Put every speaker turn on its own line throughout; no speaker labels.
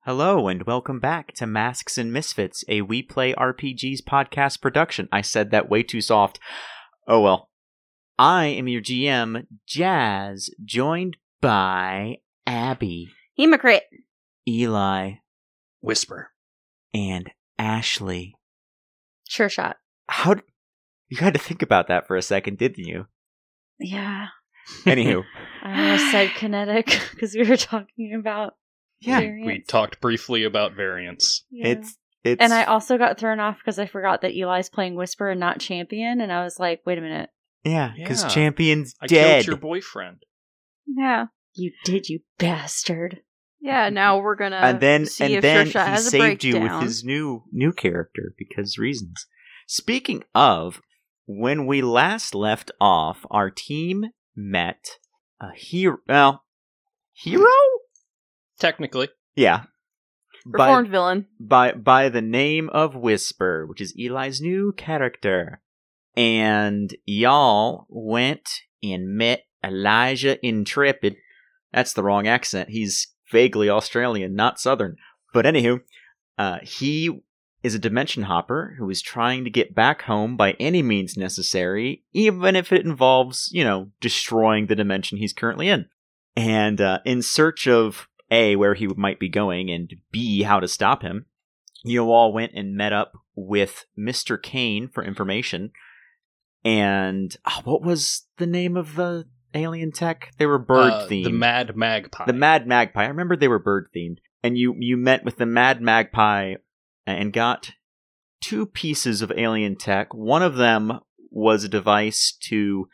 Hello and welcome back to Masks and Misfits, a We Play RPGs podcast production. I said that way too soft. Oh well. I am your GM, Jazz, joined by Abby,
Hemocrit.
Eli,
Whisper.
and Ashley.
Sure shot.
How d- you had to think about that for a second, didn't you?
Yeah.
Anywho,
I almost said kinetic because we were talking about
yeah,
We
variants.
talked briefly about variants.
Yeah.
it's it's
and I also got thrown off because I forgot that Eli's playing Whisper and not Champion, and I was like, wait a minute.
yeah because
Yeah.
champions
I
dead.
killed your boyfriend.
Yeah.
You did, you bastard.
Yeah, now we're gonna
and then
see
and
if
then
Shersha
he
has a
saved you with
breakdown.
his new new character because reasons. Speaking of, when we last left off, our team met a hero. Well, hero?
Technically.
Yeah.
reformed villain.
by by the name of Whisper, which is Eli's new character. And y'all went and met Elijah Intrepid. That's the wrong accent. He's vaguely Australian, not Southern. But anywho, uh, he is a dimension hopper who is trying to get back home by any means necessary, even if it involves, you know, destroying the dimension he's currently in. And uh, in search of a, where he might be going, and B, how to stop him. You all went and met up with Mr. Kane for information. And ah, what was the name of the alien tech? They were bird
Uh,
themed.
The Mad Magpie.
The Mad Magpie. I remember they were bird themed. And you, you met with the Mad Magpie and got two pieces of alien tech. One of them was a device to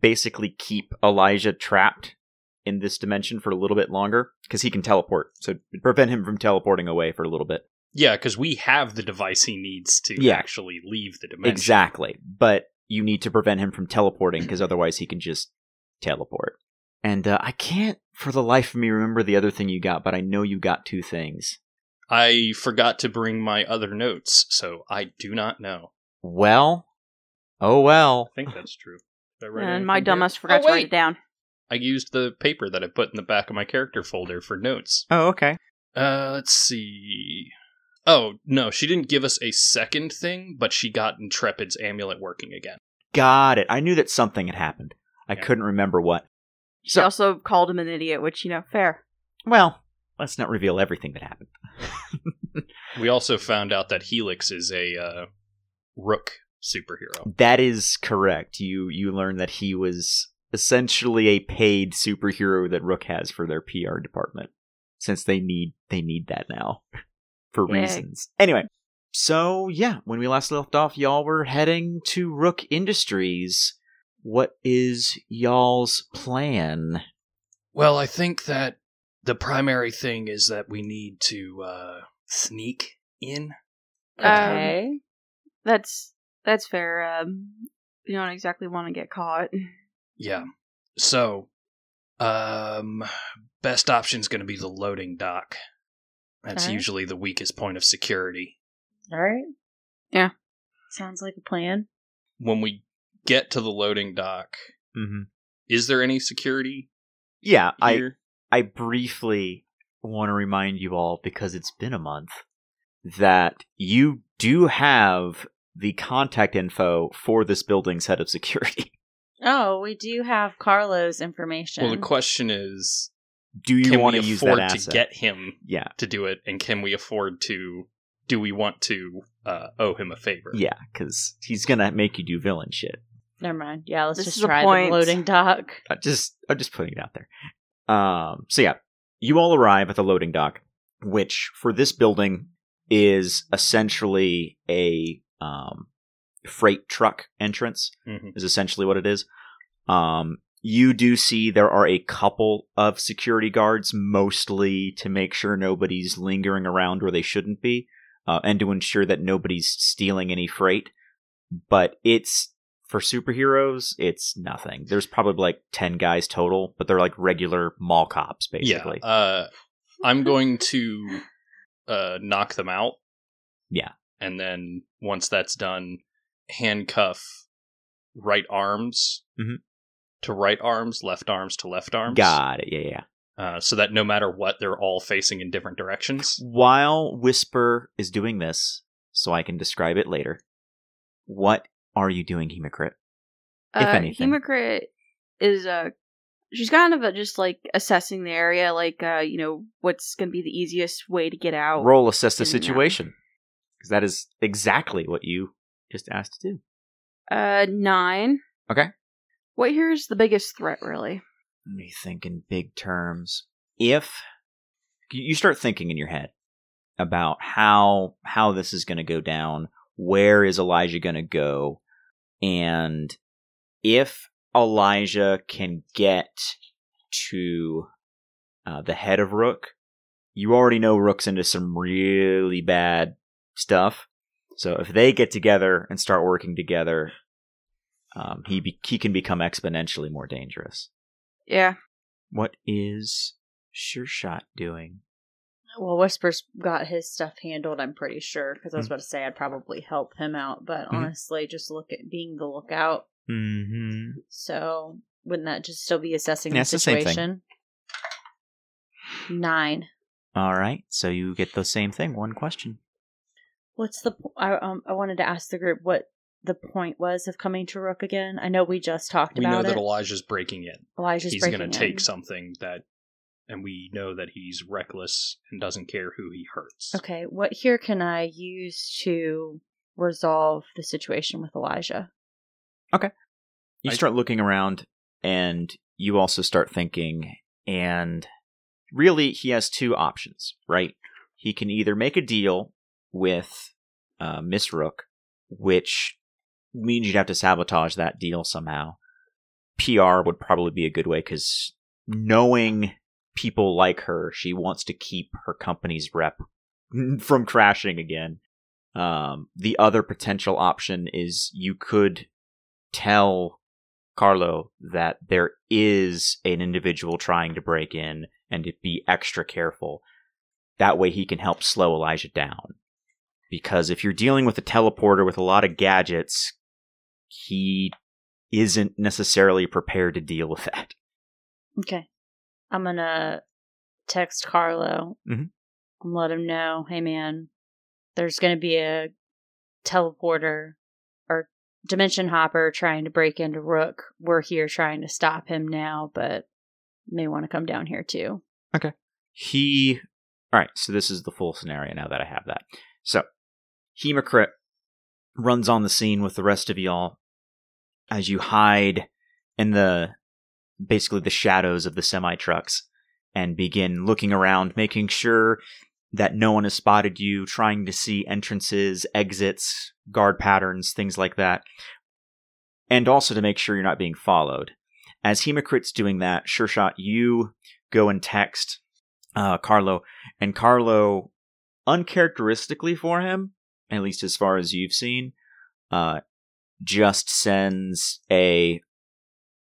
basically keep Elijah trapped in this dimension for a little bit longer because he can teleport. So prevent him from teleporting away for a little bit.
Yeah, because we have the device he needs to
Yeah.
actually leave the dimension.
Exactly. But you need to prevent him from teleporting because otherwise he can just teleport. And uh, I can't for the life of me remember the other thing you got, but I know you got two things.
I forgot to bring my other notes, so I do not know.
Well, oh well.
I think that's true. Did I write
And my
anything down?
dumbass forgot
Oh,
to write
wait!
it down.
I used the paper that I put in the back of my character folder for notes.
Oh, okay.
Uh, let's see. Oh, no, she didn't give us a second thing, but she got Intrepid's amulet working again.
Got it. I knew that something had happened. I
Yeah.
couldn't remember what.
She
So-
also called him an idiot, which you know, fair.
Well, let's not reveal everything that happened.
We also found out that Helix is a uh, Rook superhero.
That is correct. You you learn that he was essentially a paid superhero that Rook has for their PR department, since they need they need that now for
Yeah.
reasons. Anyway, so yeah, when we last left off, y'all were heading to Rook Industries. What is y'all's plan?
Well, I think that the primary thing is that we need to uh, sneak in.
Okay.
Um, That's that's fair. Um you don't exactly want to get caught.
Yeah. So, um, best option's going to be the loading dock. That's
Alright.
usually the weakest point of security.
All right.
Yeah.
Sounds like a plan.
when we get to the loading dock,
Mm-hmm.
is there any security
Yeah, I
here?
I briefly want to remind you all, because it's been a month, that you do have the contact info for this building's head of security.
Oh, we do have Carlo's information.
well, the question is,
Do you
can
want
we
to use
afford
that
to
asset?
get him
yeah,
to do it, and can we afford to? Do we want to uh, owe him a favor?
yeah, because he's gonna make you do villain shit.
Never mind. Yeah, let's
This
just
is a
try the
point.
loading dock.
I just I'm just putting it out there. Um, so yeah, you all arrive at the loading dock, which for this building is essentially a um, freight truck entrance.
Mhm.
is essentially what it is. Um, you do see there are a couple of security guards, mostly to make sure nobody's lingering around where they shouldn't be, uh, and to ensure that nobody's stealing any freight. But it's for superheroes, it's nothing. There's probably like ten guys total, but they're like regular mall cops, basically.
Yeah. Uh, I'm going to uh, knock them out.
Yeah.
And then once that's done, handcuff right arms
Mhm.
to right arms, left arms to left arms.
Got it. Yeah, yeah.
uh, so that no matter what, they're all facing in different directions.
While Whisper is doing this, so I can describe it later, what are you doing, Hemocrit? If
uh,
anything.
Hemocrit is uh, she's kind of uh just like assessing the area, like uh, you know, what's gonna be the easiest way to get out.
Roll assess the
didn't know.
situation. Because that is exactly what you just asked to do.
Uh, nine.
Okay.
What here is the biggest threat, really?
Let me think in big terms. If you you start thinking in your head about how how this is going to go down, where is Elijah going to go, and if Elijah can get to uh, the head of Rook, you already know Rook's into some really bad stuff. So if they get together and start working together, um, he be- he can become exponentially more dangerous.
Yeah.
What is Sure Shot doing?
Well, Whisper's got his stuff handled, I'm pretty sure, because I was about to say I'd probably help him out, but
Mhm.
honestly, just look at being the lookout.
Mm-hmm.
So wouldn't that just still be assessing
Yeah, it's
the
the same thing.
situation? Nine.
All right, so you get the same thing. One question.
What's the? po- I um, I wanted to ask the group what the point was of coming to Rook again. I know we just talked
We know
about
that
it.
Elijah's breaking in.
Elijah's
he's going
breaking
to take
in.
something that, and we know that he's reckless and doesn't care who he hurts.
Okay, what here can I use to resolve the situation with Elijah?
You
I-
start looking around, and you also start thinking. And really, he has two options, right? He can either make a deal with uh, Miss Rook, which means you'd have to sabotage that deal somehow. PR would probably be a good way because knowing people like her, she wants to keep her company's rep from crashing again. Um, the other potential option is you could tell Carlo that there is an individual trying to break in and to be extra careful. That way he can help slow Elijah down. Because if you're dealing with a teleporter with a lot of gadgets, he isn't necessarily prepared to deal with that.
Okay, I'm gonna text Carlo
Mm-hmm.
Mhm.
and let him know, hey man, there's gonna be a teleporter or dimension hopper trying to break into Rook. We're here trying to stop him now, but may want to come down here too.
He. All right, so this is the full scenario now that I have that. So, Hemocrit runs on the scene with the rest of y'all as you hide in the basically the shadows of the semi trucks and begin looking around, making sure that no one has spotted you, trying to see entrances, exits, guard patterns, things like that, and also to make sure you're not being followed. As Hemocrit's doing that, Sure Shot, you go and text uh, Carlo, and Carlo, uncharacteristically for him, at least as far as you've seen, uh, just sends a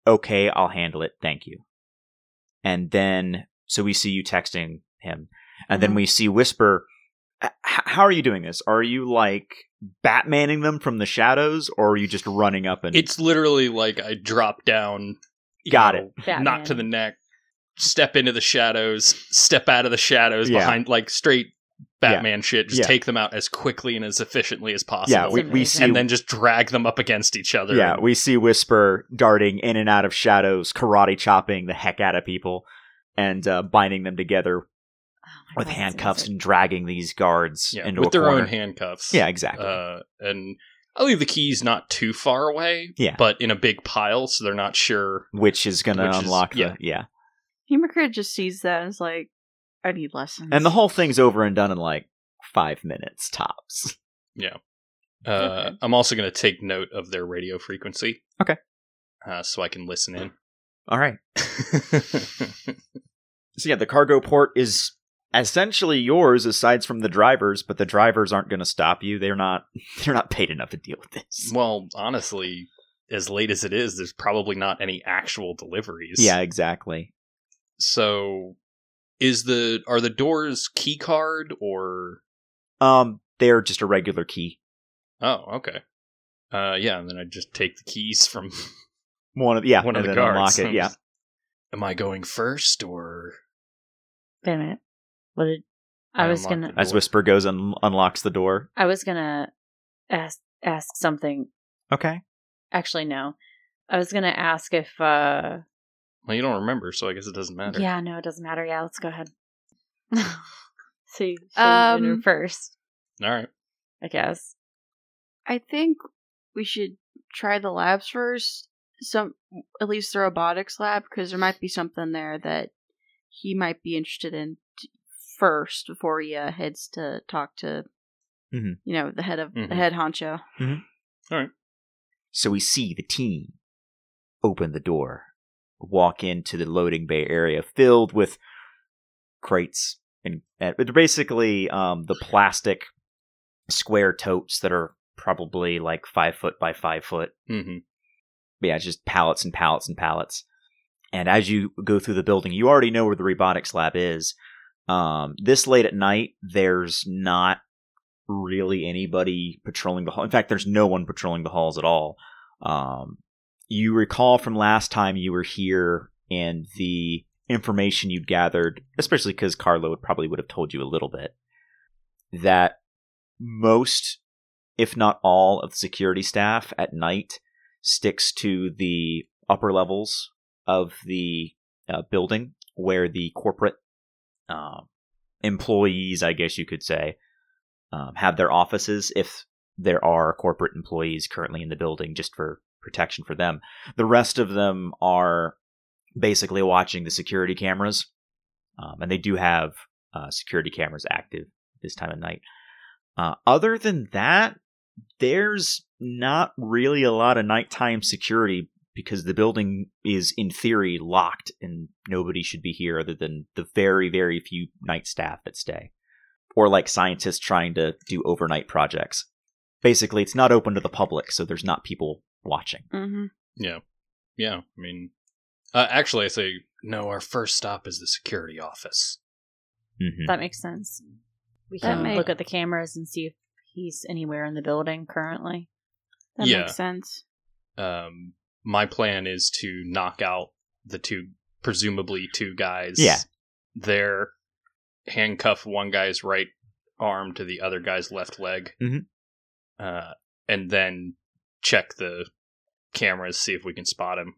"Okay, I'll handle it, thank you," and then so we see you texting him, and then
Mhm.
we see Whisper. "H- How are you doing this? Are you like Batmaning them from the shadows, or are you just running up and
It's literally like I drop down, you
Got
know,
Batman.
knock to the neck, step into the shadows, step out of the shadows
Yeah.
behind, like straight Batman shit. Just
Yeah.
take them out as quickly and as efficiently as possible.
yeah? We, we
It's
see
and then just drag them up against each other.
Yeah,
and
we see Whisper darting in and out of shadows, karate chopping the heck out of people, and uh, binding them together
Oh my
with
God, that's
handcuffs
amazing.
and dragging these guards
yeah,
into
with
a
their
corner.
own handcuffs.
Yeah, exactly.
Uh, and I'll leave the keys not too far away,
Yeah.
but in a big pile, so they're not sure.
which is going to
which is-
unlock
yeah.
the yeah.
Hemocrit just sees that and is like, I need lessons.
And the whole thing's over and done in like five minutes tops.
Uh,
Okay.
I'm also going to take note of their radio frequency.
Okay.
Uh, so I can listen in.
All right. So yeah, the cargo port is essentially yours, aside from the drivers. But the drivers aren't going to stop you. They're not. They're not paid enough to deal with this.
well, honestly, as late as it is, there's probably not any actual deliveries.
yeah, exactly.
So, is the are the doors key card or
Um, they're just a regular key.
oh okay, uh yeah, and then I just take the keys from
One of yeah,
one of
and
the
then
guards.
unlock it.
I'm
Yeah,
just- Am I going first or
Wait a minute. What did I,
I
was
unlocked
gonna?
it.
As Whisper goes and unlocks the door.
I was gonna ask ask something.
Okay.
Actually, no. I was gonna ask if. uh
Well, you don't remember, so I guess it doesn't matter.
Yeah, no, it doesn't matter. Yeah, let's go ahead. See,
Um,
um, first,
All right.
I guess.
I think we should try the labs first. Some, at least the robotics lab, because there might be something there that he might be interested in t- first before he uh, heads to talk to,
Mhm.
you know, the head of
Mhm.
the head honcho.
So we see the team open the door, walk into the loading bay area filled with crates and, and they're basically um, the plastic square totes that are probably like five foot by five foot.
Mm-hmm.
But yeah, it's just pallets and pallets and pallets. And as you go through the building, you already know where the robotics lab is. Um, this late at night, there's not really anybody patrolling the hall. In fact, there's no one patrolling the halls at all. Um, you recall from last time you were here and the information you'd gathered, especially because Carlo would probably would have told you a little bit, that most, if not all, of the security staff at night sticks to the upper levels of the uh, building where the corporate um, employees, I guess you could say, um, have their offices if there are corporate employees currently in the building just for protection for them. The rest of them are basically watching the security cameras, um, and they do have uh, security cameras active this time of night. Uh, other than that, there's not really a lot of nighttime security because the building is in theory locked and nobody should be here other than the very very few night staff that stay or like scientists trying to do overnight projects basically it's not open to the public so there's not people watching
Mm-hmm.
Yeah. Yeah. I mean, uh, actually, I say, no, our first stop is the security office.
mm-hmm.
That makes sense. We
That
can
may-
look at the cameras and see if he's anywhere in the building currently.
That
Yeah.
makes sense.
Um, my plan is to knock out the two, presumably two guys.
Yeah.
There, handcuff one guy's right arm to the other guy's left leg.
Mhm.
Uh, and then check the cameras, see if we can spot him.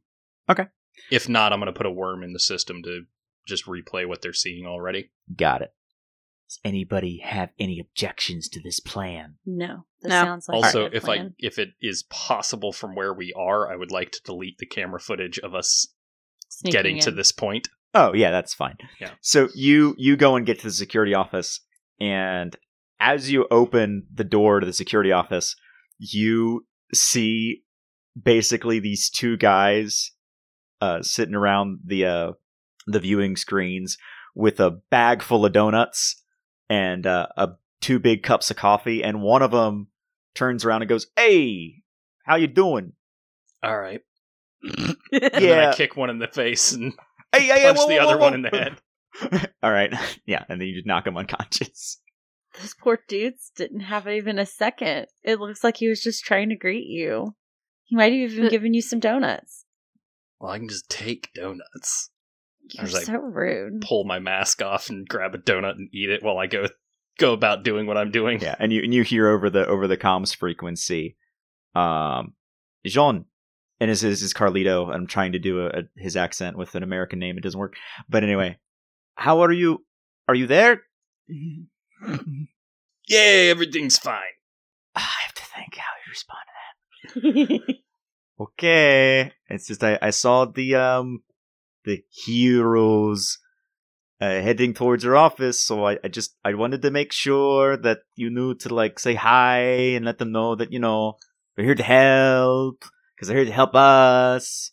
Okay.
If not, I'm going to put a worm in the system to just replay what they're seeing already.
got it does anybody have any objections to this plan
No, that
No.
sounds like a
also
good
if i
plan.
if it is possible from where we are i would like to delete the camera footage of us
Sneaking
getting to
in.
this point
Oh yeah, that's fine.
Yeah.
So you you go and get to the security office, and as you open the door to the security office, you see basically these two guys uh, sitting around the uh, the viewing screens with a bag full of donuts and uh, a two big cups of coffee, and one of them turns around and goes, "Hey, how you doing?"
all right and
Yeah.
then i kick one in the face and
Hey, hey, hey,
punch
whoa,
the
whoa,
other
whoa,
one in
whoa."
the head
All right, yeah, and then you just knock him unconscious.
Those poor dudes didn't have even a second. It looks like he was just trying to greet you. He might have even
But-
given you some donuts.
well i can just take donuts I
You're
was like,
so rude.
pull my mask off and grab a donut and eat it while i go go about doing what i'm doing
Yeah, and you and you hear over the over the comms frequency, um, Jean, and his his is Carlito. I'm trying to do a, a his accent with an American name. It doesn't work, but anyway, how are you? Are you there? I
yay everything's fine
have to think how you respond to that. okay, it's just I I saw the um the heroes. Uh, heading towards your office, so I, I just I wanted to make sure that you knew to like say hi and let them know that you know we're here to help because they're here to help us.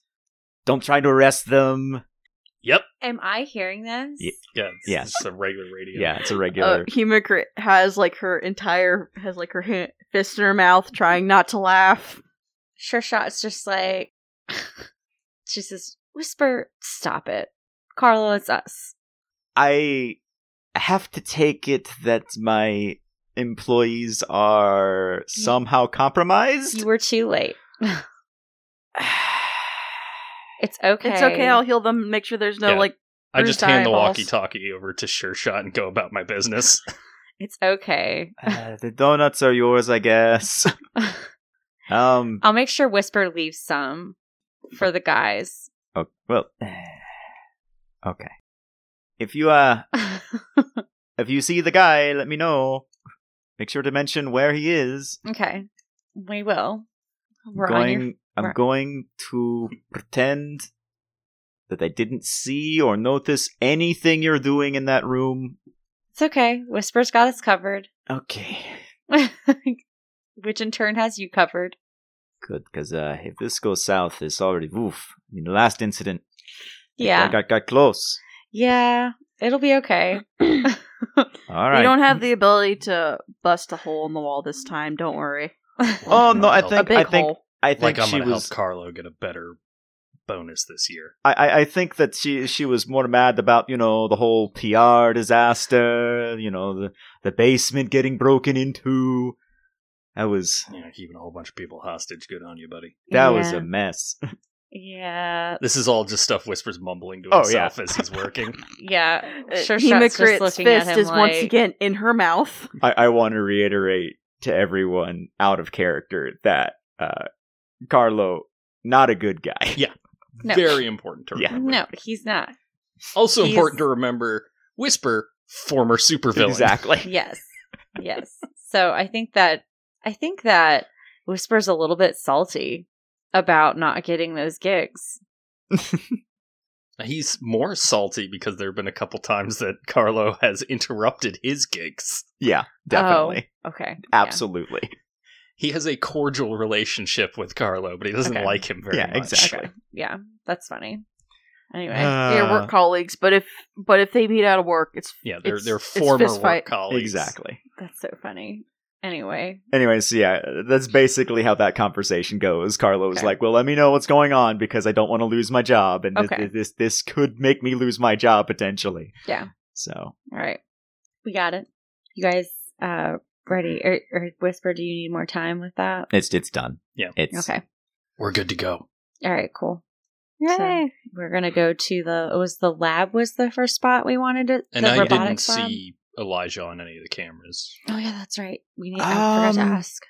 Don't try to arrest them.
yep
Am I hearing this?
Ye-
yeah it's,
Yeah.
it's a regular radio
Yeah, it's a
Uh,
regular.
Hemocrit has like her entire has like her hand, fist in her mouth, trying not to laugh.
Sure Shot's just like, she says, Whisper, stop it. Carlo, it's us.
I have to take it that my employees are somehow compromised.
You were too late. It's okay.
It's okay. I'll heal them. Make sure there's no
Yeah.
like
I just
Bruised
hand the
eyeballs.
walkie-talkie over to Sure Shot and go about my business.
It's okay.
Uh, the donuts are yours, I guess. um.
I'll make sure Whisper leaves some for the guys.
Oh, well. Okay. If you uh, if you see the guy, let me know. Make sure to mention where he is.
okay. We will. We're on
going.
your
I'm
we're-
going to pretend that I didn't see or notice anything you're doing in that room.
It's okay. Whisper's got us covered,
Okay.
which in turn has you covered.
Good, because uh, if this goes south, it's already woof. I mean, the last incident.
Yeah.
I got got close.
yeah. It'll be okay.
All right.
We don't have the ability to bust a hole in the wall this time. Don't worry.
Oh no! I
Help.
A
think
big
I think
hole.
I think
like I'm
she
gonna
was.
help Carlo get a better bonus this year.
I, I I think that she she was more mad about you know the whole PR disaster. You know the the basement getting broken into. That was
You know, keeping a whole bunch of people hostage. Good on you, buddy.
that was
Yeah.
a mess.
Yeah.
This is all just stuff Whispers mumbling to
Oh,
himself as he's working.
Yeah.
Uh,
Sure Shot's just
Hemacrit's
looking at
fist
him
is once
like-
again in her mouth.
I I want to reiterate to everyone out of character that uh, Carlo not a good guy.
Yeah.
No.
Very important to
Yeah.
remember.
No, he's not.
Also
He's-
important to remember. Whisper, former supervillain.
exactly.
Yes. Yes. So I think that I think that Whisper's a little bit salty about not getting those gigs.
He's more salty because there have been a couple times that Carlo has interrupted his gigs.
Yeah, definitely,
Okay.
absolutely.
He has a cordial relationship with Carlo, but he doesn't
Okay.
like him very
Yeah,
much.
exactly.
Yeah. Okay. Yeah. That's funny. Anyway.
They're
Uh,
work colleagues, but if but if they meet out of work, it's
Yeah, they're
It's-
they're
it's
former
fist
work
fight.
colleagues.
exactly.
that's so funny. Anyway.
Anyways, yeah, that's basically how that conversation goes. Carlo was
Okay.
like, "Well, let me know what's going on because I don't want to lose my job, and thi-
Okay.
thi- this, this could make me lose my job potentially."
Yeah.
So
All right. We got it. You guys uh ready or, or Whisper, do you need more time with that?
it's it's done.
Yeah.
It's
Okay.
We're good to go.
All right, cool. So we're gonna go to the it was the lab was the first spot we wanted to
And
the
I didn't
robotics lab?
see Elijah on any of the cameras
Oh yeah, that's right. We need. I forgot to
Um,
ask.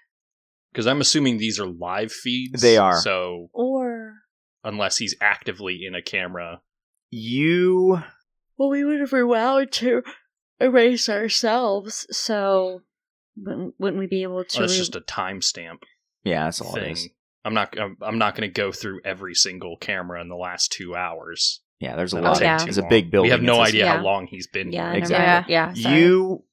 because I'm assuming these are live feeds.
They are.
So
Or
unless he's actively in a camera, uh,
you.
well, we would have been allowed to erase ourselves, so wouldn't, wouldn't we be able to?
well, that's
re-
just a timestamp
Yeah, that's all it
thing.
is.
I'm not. I'm, I'm not going to go through every single camera in the last two hours.
Yeah, there's a
That'll
lot.
take
Yeah.
too
There's a
long.
big building.
We have no
It's a-
idea
Yeah.
how long he's been
yeah,
here.
Exactly.
exactly. Yeah, sorry.
You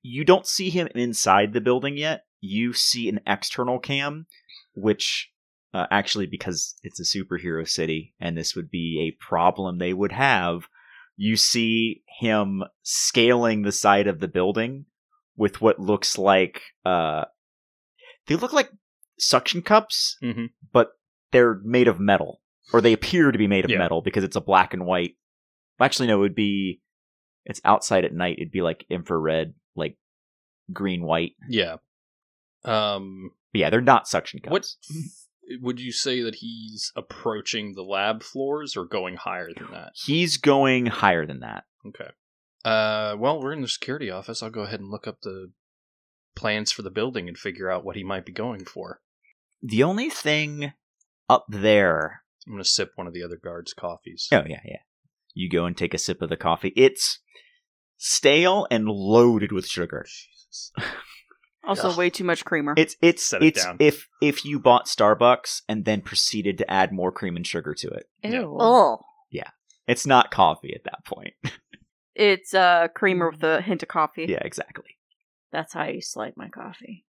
you don't see him inside the building yet. You see an external cam, which uh, actually, because it's a superhero city, and this would be a problem they would have. You see him scaling the side of the building with what looks like uh, they look like suction cups,
Mhm.
but they're made of metal, or they appear to be made of
Yeah.
metal because it's a black and white. Actually, no, it would be it's outside at night, it'd be like infrared, like green white.
Yeah. Um.
But yeah, they're not suction cups.
What would you say that he's approaching the lab floors or going higher than that?
He's going higher than that.
Okay. Uh. Well, we're in the security office. I'll go ahead and look up the plans for the building and figure out what he might be going for.
The only thing up there.
I'm going to sip one of the other guards' coffees.
Oh yeah, yeah. You go and take a sip of the coffee. It's stale and loaded with sugar.
Jesus.
also
Ugh.
way too much creamer.
It's it's
Set it
it's
down.
if if you bought Starbucks and then proceeded to add more cream and sugar to it.
Ew.
Yeah.
oh,
It's not coffee at that point.
it's uh creamer with a hint of coffee.
yeah, exactly.
That's how you slide my coffee.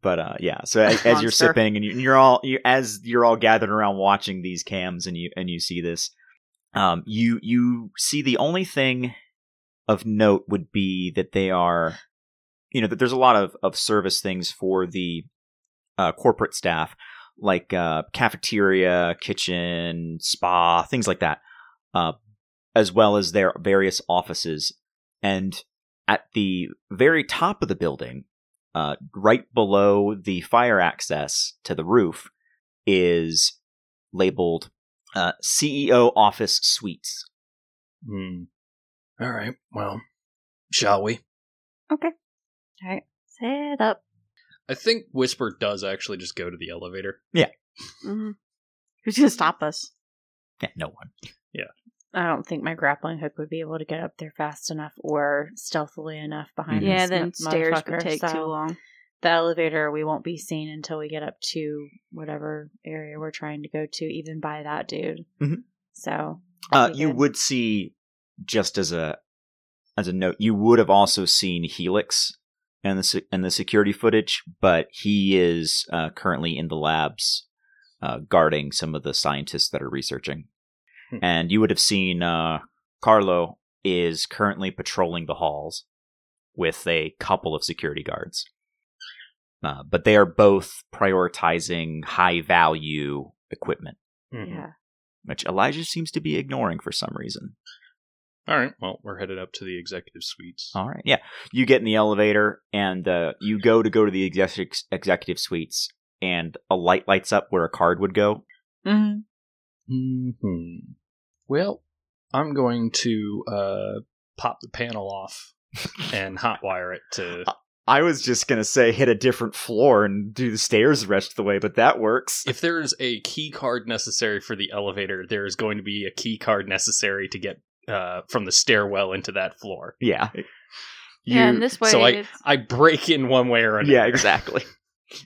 but uh yeah so as, as you're
Monster.
sipping and you- and you're all you as you're all gathered around watching these cams and you and you see this um you you see the only thing of note would be that they are you know that there's a lot of of service things for the uh corporate staff like uh cafeteria kitchen spa things like that uh as well as their various offices and at the very top of the building uh, right below the fire access to the roof is labeled uh, CEO Office E Suites.
Hmm. All right. Well, shall we?
Set up.
I think Whisper does actually just go to the elevator.
Mhm. Who's gonna stop us?
Yeah, no one.
I don't think my grappling hook would be able to get up there fast enough or stealthily enough behind.
Mhm.
Yeah,
this
then
mo-
stairs
motherfucker,
would take
so
too long.
The elevator we won't be seen until we get up to whatever area we're trying to go to, even by that dude.
Mhm.
So
Uh,
Okay,
you
good.
would see, just as a as a note, you would have also seen Helix and the se- and the security footage, but he is uh, currently in the labs uh, guarding some of the scientists that are researching,
Hmm.
and you would have seen uh, Carlo is currently patrolling the halls with a couple of security guards. Uh, but they are both prioritizing high value equipment
Mm-hmm.
yeah.
which Elijah seems to be ignoring for some reason.
All right. Well, we're headed up to the executive suites.
All right, yeah. You get in the elevator and uh, you go to go to the executive executive suites, and a light lights up where a card would go.
Mm-hmm.
hmm Well, I'm going to uh, pop the panel off and hotwire it to.
I was just gonna say hit a different floor and do the stairs the rest of the way, but that works.
If there is a key card necessary for the elevator, there is going to be a key card necessary to get uh, from the stairwell into that floor.
Yeah.
yeah, and this way,
so I,
it's-
I break in one way or another.
yeah, exactly.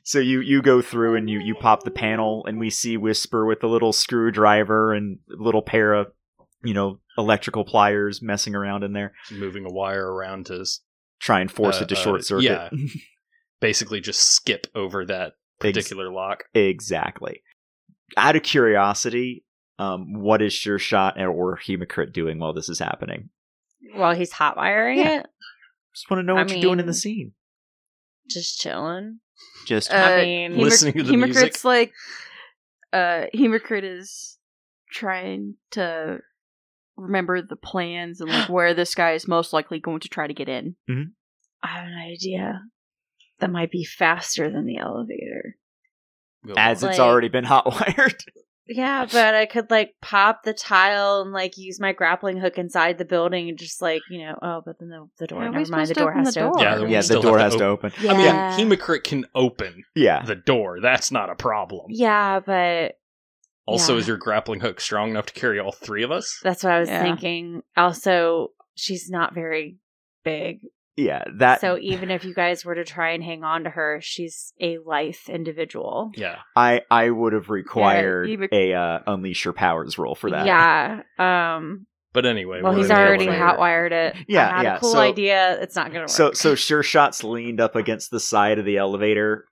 So you you go through and you you pop the panel and we see Whisper with a little screwdriver and little pair of you know electrical pliers messing around in there,
Moving a wire around to s-
try and force
Uh,
it to
uh,
short circuit.
yeah. basically just skip over that
Ex-
particular lock.
Exactly. Out of curiosity, um, what is Sure Shot or- or Hemocrit doing while this is happening?
While he's hot wiring
Yeah.
it,
Just want to know
I
what you're doing in the
mean-
scene.
just chilling.
Just
I
Uh,
mean-
Hemoc-
Listening to the
Hemocrit's
music.
like, uh, Hemocrit is trying to remember the plans and like where this guy is most likely going to try to get in.
I have an idea that might be faster than the elevator.
Go
as
on.
it's
like-
already been hotwired.
Yeah, but I could like pop the tile and like use my grappling hook inside the building and just like you know oh but then the, the door
Why are we
never mind
supposed
the
to
door
open
has
the
to
door?
open.
Yeah, the- we
yeah, the
still
door
have
has
to
to open.
yeah.
I mean, Hemocrit can open
Yeah.
the door. That's not a problem.
yeah, but
Also,
Yeah.
is your grappling hook strong enough to carry all three of us?
that's what I was
Yeah.
thinking. Also, she's not very big,
Yeah. That
so e- even if you guys were to try and hang on to her, she's a lithe individual.
Yeah.
I I would have required
Hemic-
a uh, unleash your powers roll for that.
Yeah. Um.
But anyway,
well,
we're
he's
in the
already
elevator.
hotwired it.
Yeah,
I had
yeah,
a cool
so-
idea. It's not gonna work.
So so Sure Shot's leaned up against the side of the elevator,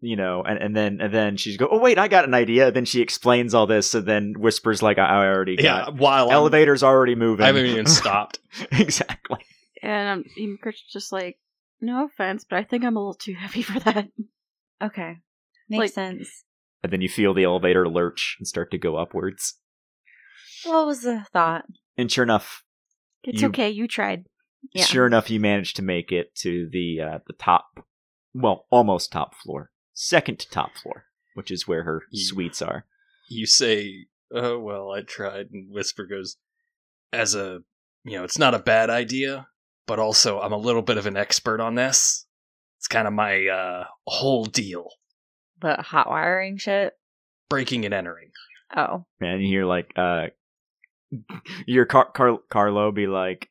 you know, and, and then and then she's go, Oh wait, I got an idea. Then she explains all this and then whispers like I, I already got
Yeah, while I'm-
elevator's already moving.
I haven't even stopped.
exactly.
And um, Hemocrit's just like, no offense, but I think I'm a little too heavy for that.
okay, makes
Like-
sense.
And then you feel the elevator lurch and start to go upwards.
What was the thought?
And sure enough,
It's
You-
okay, you tried.
Yeah.
sure enough, you manage to make it to the uh, the top, well, almost top floor, second to top floor, which is where her
Yeah.
suites are.
You say, "Oh well, I tried." And Whisper goes, "As a, you know, it's not a bad idea, but also I'm a little bit of an expert on this. It's kind of my uh, whole deal:
But hot wiring shit.
breaking and entering."
Oh,
And you hear like uh, your Car- Car- Carlo be like,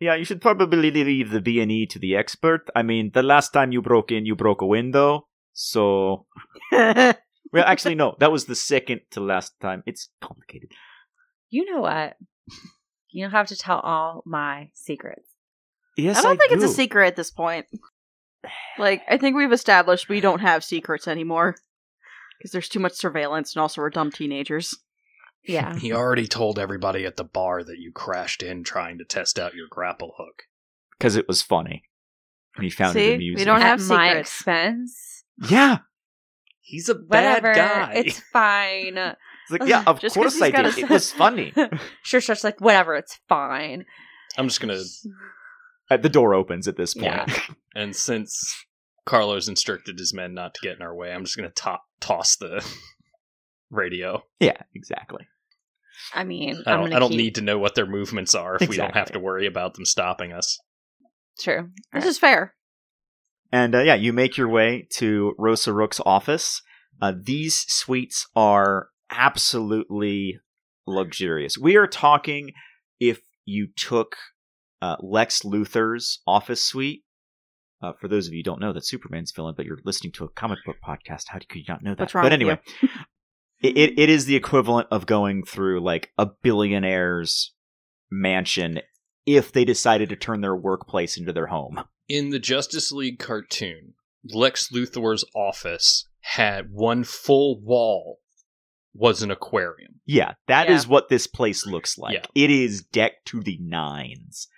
"Yeah, you should probably leave the B and E to the expert. I mean, the last time you broke in, you broke a window, so well, actually, no, that was the second to last time. It's complicated."
you know what? You don't have to tell all my secrets.
Yes,
I don't think it's
do.
a secret at this point. Like, I think we've established we don't have secrets anymore. Because there's too much surveillance, and also we're dumb teenagers.
Yeah.
He already told everybody at the bar that you crashed in trying to test out your grapple hook.
because it was funny. And he found
See?
it
We
amusing.
don't have
At my
secrets.
expense.
Yeah,
He's a bad
Whatever.
guy.
It's fine.
it's like yeah, of
Just 'cause
course
he's
I
got
did.
a-
It was funny.
sure, sure. It's like whatever. It's fine.
I'm just gonna
Uh, the door opens at this point.
Yeah.
And since Carlos instructed his men not to get in our way, I'm just going to to- toss the radio.
Yeah, exactly.
I mean,
I
am
don't,
gonna
I don't
keep-
need to know what their movements are if we don't have
Exactly.
to worry about them stopping us.
True.
This
Alright.
is fair.
And uh, yeah, you make your way to Rosa Rook's office. Uh, these suites are absolutely luxurious. We are talking if you took uh, Lex Luthor's office suite. Uh, for those of you who don't know, that Superman's villain, but you're listening to a comic book podcast. How could you not know that?
What's wrong
but
with you?
anyway, it, it, it is the equivalent of going through like a billionaire's mansion if they decided to turn their workplace into their home.
In the Justice League cartoon, Lex Luthor's office had one full wall was an aquarium.
Yeah, that is
Yeah.
what this place looks like.
Yeah.
It is decked to the nines.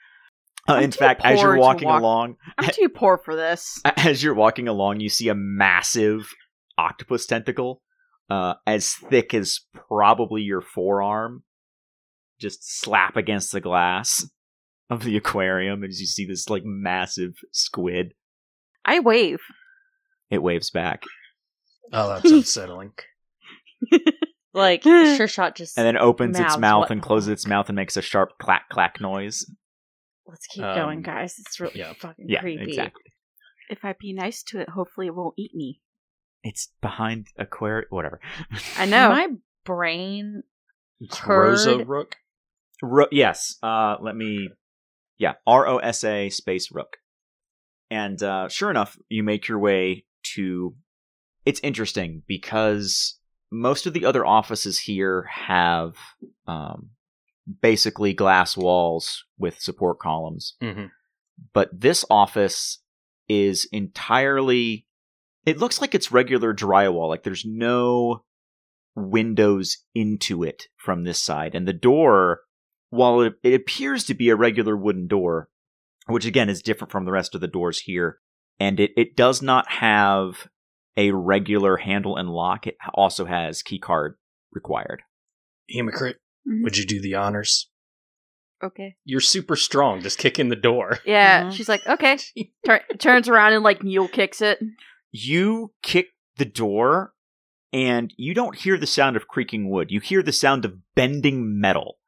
Uh,
I'm
in
too
fact, as
poor
you're
to
walking
walk-
along,
I'm too poor for this.
as you're walking along, you see a massive octopus tentacle, uh, as thick as probably your forearm, just slap against the glass of the aquarium, as you see this like massive squid.
I wave.
It waves back,
Oh, that's unsettling.
Like, sure shot just.
and then opens its
Mouths,
mouth
what
and
the
closes
fuck?
its mouth and makes a sharp clack clack noise.
Let's keep
Um,
going, guys. It's really
yeah.
fucking
Yeah,
creepy.
exactly.
If I be nice to it, hopefully it won't eat me.
It's behind aquarium, whatever.
I know.
My brain.
It's
Heard.
Rosa Rook.
Ro- yes. Uh, let me. Yeah, R O S A space Rook. And uh, sure enough, you make your way to. It's interesting because most of the other offices here have um, basically glass walls with support columns,
Mm-hmm.
but this office is entirely. It looks like it's regular drywall. Like there's no windows into it from this side. And the door, while it, it appears to be a regular wooden door, which again is different from the rest of the doors here, and it, it does not have a regular handle and lock. It also has key card required.
Hemocrit,
Mm-hmm.
Mhm.
would you do the honors?
Okay.
You're super strong. Just kick in the door.
Yeah.
Mhm.
She's like, okay. Tur- turns around and like mule kicks it.
You kick the door and you don't hear the sound of creaking wood. You hear the sound of bending metal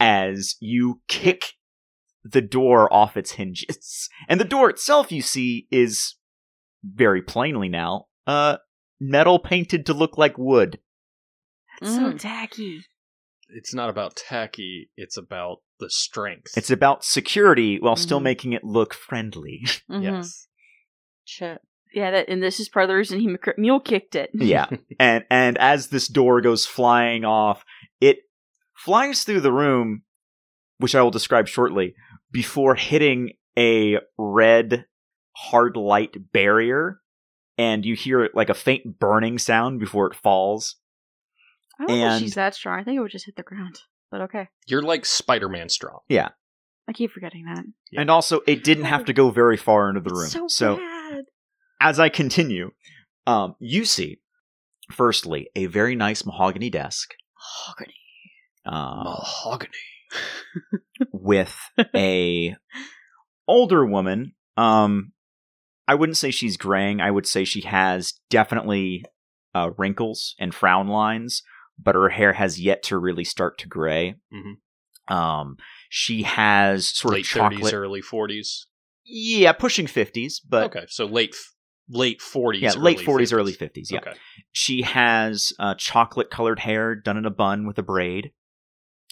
as you kick the door off its hinges. And the door itself, you see, is very plainly now uh, metal painted to look like wood.
That's so
Mm.
tacky.
It's not about tacky. It's about the strength.
It's about security while still
Mhm.
making it look friendly.
Mhm.
yes.
Shit.
Yeah. That, and this is part of the reason he mc- mule kicked it.
yeah. And and as this door goes flying off, it flies through the room, which I will describe shortly, before hitting a red hard light barrier, and you hear like a faint burning sound before it falls.
I don't know
And-
if she's that strong. I think it would just hit the ground. But okay.
You're like Spider Man strong.
I keep forgetting that.
Yeah.
And also, it didn't have to go very far into the room.
So,
so
bad.
as I continue, um, you see, firstly, a very nice mahogany desk. Um,
Mahogany.
with a older woman. Um, I wouldn't say she's graying. I would say she has definitely uh, wrinkles and frown lines, but her hair has yet to really start to gray. Um, she has sort
Mm-hmm. Late
of chocolate.
thirties, early forties.
yeah, pushing fifties, but
Okay, so late f- late forties.
yeah, late forties, early fifties. Yeah,
Okay.
she has uh, chocolate colored hair done in a bun with a braid,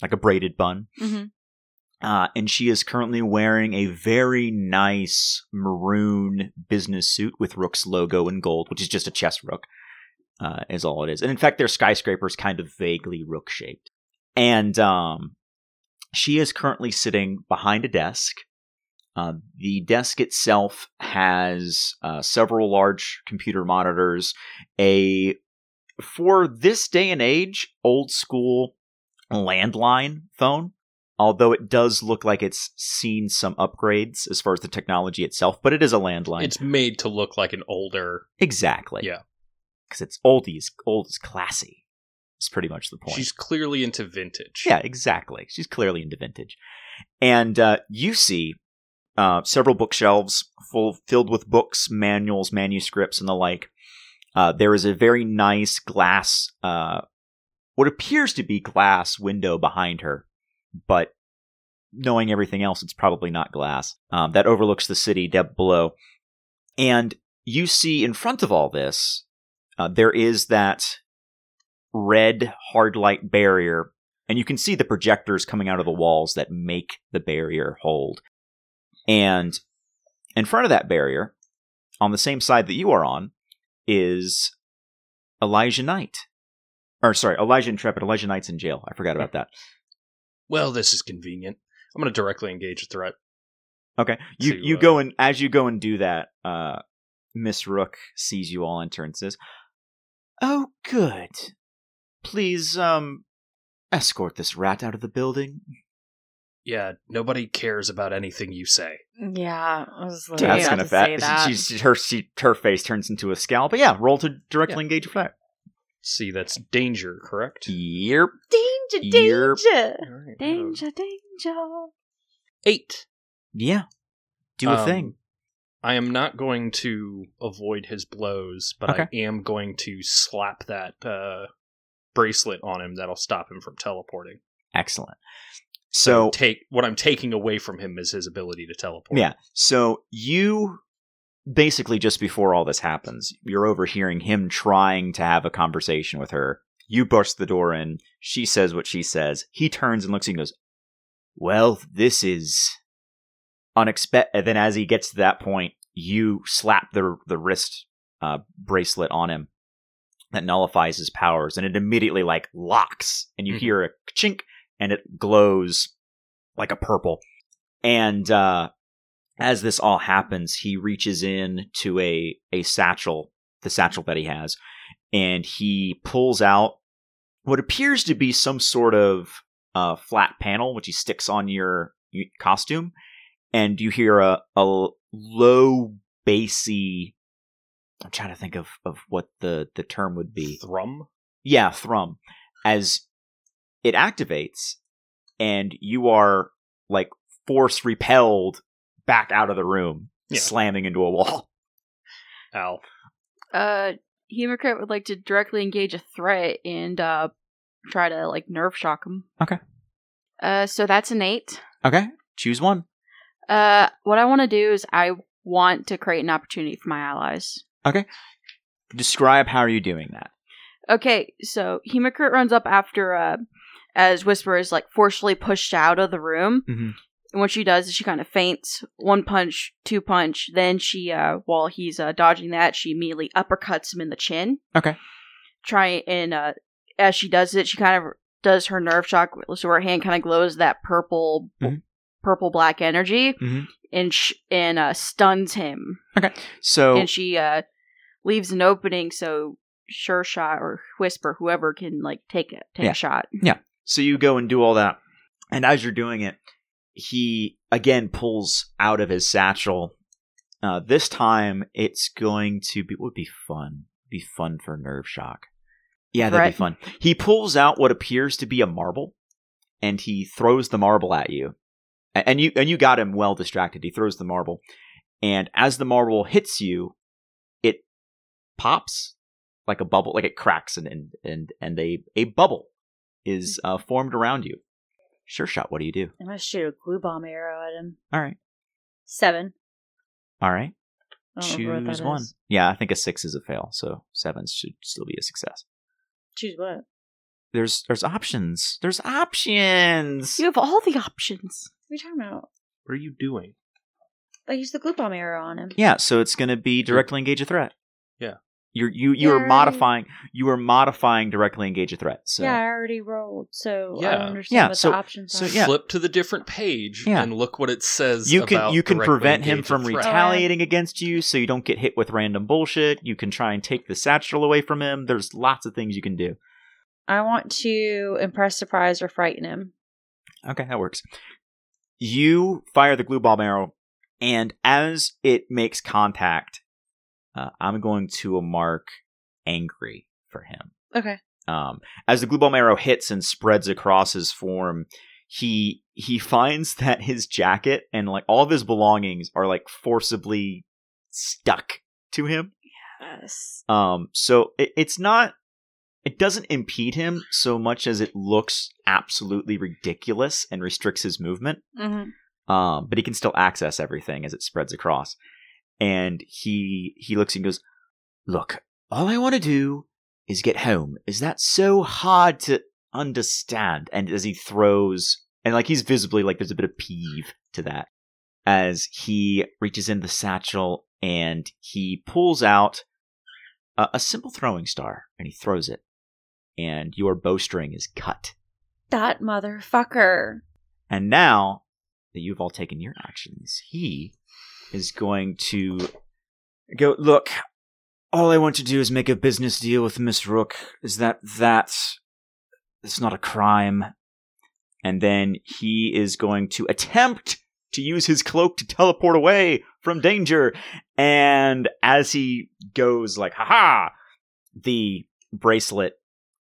like a braided bun.
Mhm.
Uh, and she is currently wearing a very nice maroon business suit with Rook's logo in gold, which is just a chess rook, uh, is all it is. And in fact, their skyscraper is kind of vaguely rook shaped. And um, she is currently sitting behind a desk. Uh, the desk itself has uh, several large computer monitors, a for this day and age old school landline phone although it does look like it's seen some upgrades as far as the technology itself, but it is a landline.
It's made to look like an older.
exactly.
Yeah.
Because it's oldies, old is classy. It's pretty much the point.
She's clearly into vintage.
yeah, exactly. She's clearly into vintage. And uh, you see uh, several bookshelves full filled with books, manuals, manuscripts, and the like. Uh, there is a very nice glass uh, what appears to be glass window behind her, but knowing everything else, it's probably not glass um, that overlooks the city down below. And you see in front of all this, uh, there is that red hard light barrier, and you can see the projectors coming out of the walls that make the barrier hold. And in front of that barrier, on the same side that you are on, is Elijah Knight. Or sorry, Elijah Intrepid. Elijah Knight's in jail. I forgot about that.
Well, this is convenient. I'm going to directly engage a threat.
Okay. You
to,
you
uh,
go and as you go and do that, uh Miss Rook sees you all enter and says, "Oh, good. Please um escort this rat out of the building."
Yeah, nobody cares about anything you say.
Yeah, I was
Damn.
literally
That's
about
gonna
to say
fat.
that.
She's, her she, her face turns into a scowl. But yeah, roll to directly
Yeah.
engage a flat.
See, that's danger, correct?
Yep.
danger,
You're-
danger,
All right, uh,
Danger, danger.
um, Eight.
Yeah. Do a
Um,
thing.
I am not going to avoid his blows, but I am going to slap that uh, bracelet on him that'll stop him from teleporting.
Excellent. So
take what I'm taking away from him is his ability to teleport.
Yeah. So you basically just before all this happens, you're overhearing him trying to have a conversation with her. You burst the door in. She says what she says. He turns and looks and goes, "Well, this is unexpected." And then as he gets to that point, you slap the the wrist uh, bracelet on him that nullifies his powers, and it immediately like locks, and you
Mhm.
hear a chink, and it glows like a purple. And uh, as this all happens, he reaches in to a a satchel, the satchel that he has, and he pulls out what appears to be some sort of uh, flat panel, which he sticks on your your costume, and you hear a, a low bassy. I'm trying to think of, of what the, the term would be.
Thrum.
Yeah, thrum. As it activates, and you are like force repelled back out of the room,
Yeah.
slamming into a wall.
Ow.
Uh, Hemocrat would like to directly engage a threat and uh try to like nerve shock him.
Okay.
Uh, so that's an eight.
Okay, choose one.
Uh, what I want to do is I want to create an opportunity for my allies.
Describe how are you doing that?
Okay, so Hemocrat runs up after uh, as Whisper is like forcefully pushed out of the room.
Mhm.
And what she does is she kind of faints, one punch, two punch. Then she, uh, while he's uh, dodging that, she immediately uppercuts him in the chin.
Okay.
Try and uh, as she does it, she kind of does her nerve shock, so her hand kind of glows that purple,
Mhm.
purple black energy,
Mhm.
and sh- and uh, stuns him
So
and she uh leaves an opening so sure shot or whisper whoever can like take it take
Yeah.
a shot
so you go and do all that, and as you're doing it, he again pulls out of his satchel. Uh, this time it's going to be would be fun. Be fun for nerve shock. Yeah, that'd be
Right.
fun. He pulls out what appears to be a marble, and he throws the marble at you. A- And you and you got him well distracted. He throws the marble, and as the marble hits you, it pops like a bubble, like it cracks, and and and, and a a bubble is
Mm-hmm.
uh, formed around you. Sure shot. What do you do?
I'm gonna shoot a glue bomb arrow at him.
All right.
Seven.
All right.
I don't remember what that
Choose one.
is.
Yeah, I think a six is a fail, so seven should still be a success.
Choose what?
There's there's options. There's options.
you have all the options
What are you talking about?
What are you doing?
I used the glue bomb arrow on him.
Yeah, so it's gonna be directly engage a threat.
Yeah.
You're you you are
Yay.
modifying you are modifying directly engage a threat. So
Yeah, I already rolled, so I
Yeah.
don't understand
Yeah,
what
so-
the options
so
are.
yeah.
Flip to the different page
Yeah.
and look what it says.
you can
about
you can
directly
prevent him
engage a
from
threat.
reta-
retaliating against you so you don't get hit with random bullshit. You can try and take the satchel away from him. There's lots of things you can do.
I want to impress, surprise, or frighten him.
Okay, that works. You fire the glue bomb arrow, and as it makes contact, uh, I'm going to mark angry for him.
Okay.
Um, as the glue bomb arrow hits and spreads across his form, he he finds that his jacket and like all of his belongings are like forcibly stuck to him.
Yes.
Um, so it, it's not it doesn't impede him so much as it looks absolutely ridiculous and restricts his movement.
Mm-hmm.
Um, but he can still access everything as it spreads across. And he he looks and goes, "Look, all I want to do is get home. Is that so hard to understand?" And as he throws, and like he's visibly like there's a bit of peeve to that as he reaches in the satchel and he pulls out a, a simple throwing star and he throws it, and your bowstring is cut.
That motherfucker.
And now that you've all taken your actions, he is going to go, look, all I want to do is make a business deal with Miss Rook. Is that that? It's not a crime. And then he is going to attempt to use his cloak to teleport away from danger. And as he goes, like, haha, the bracelet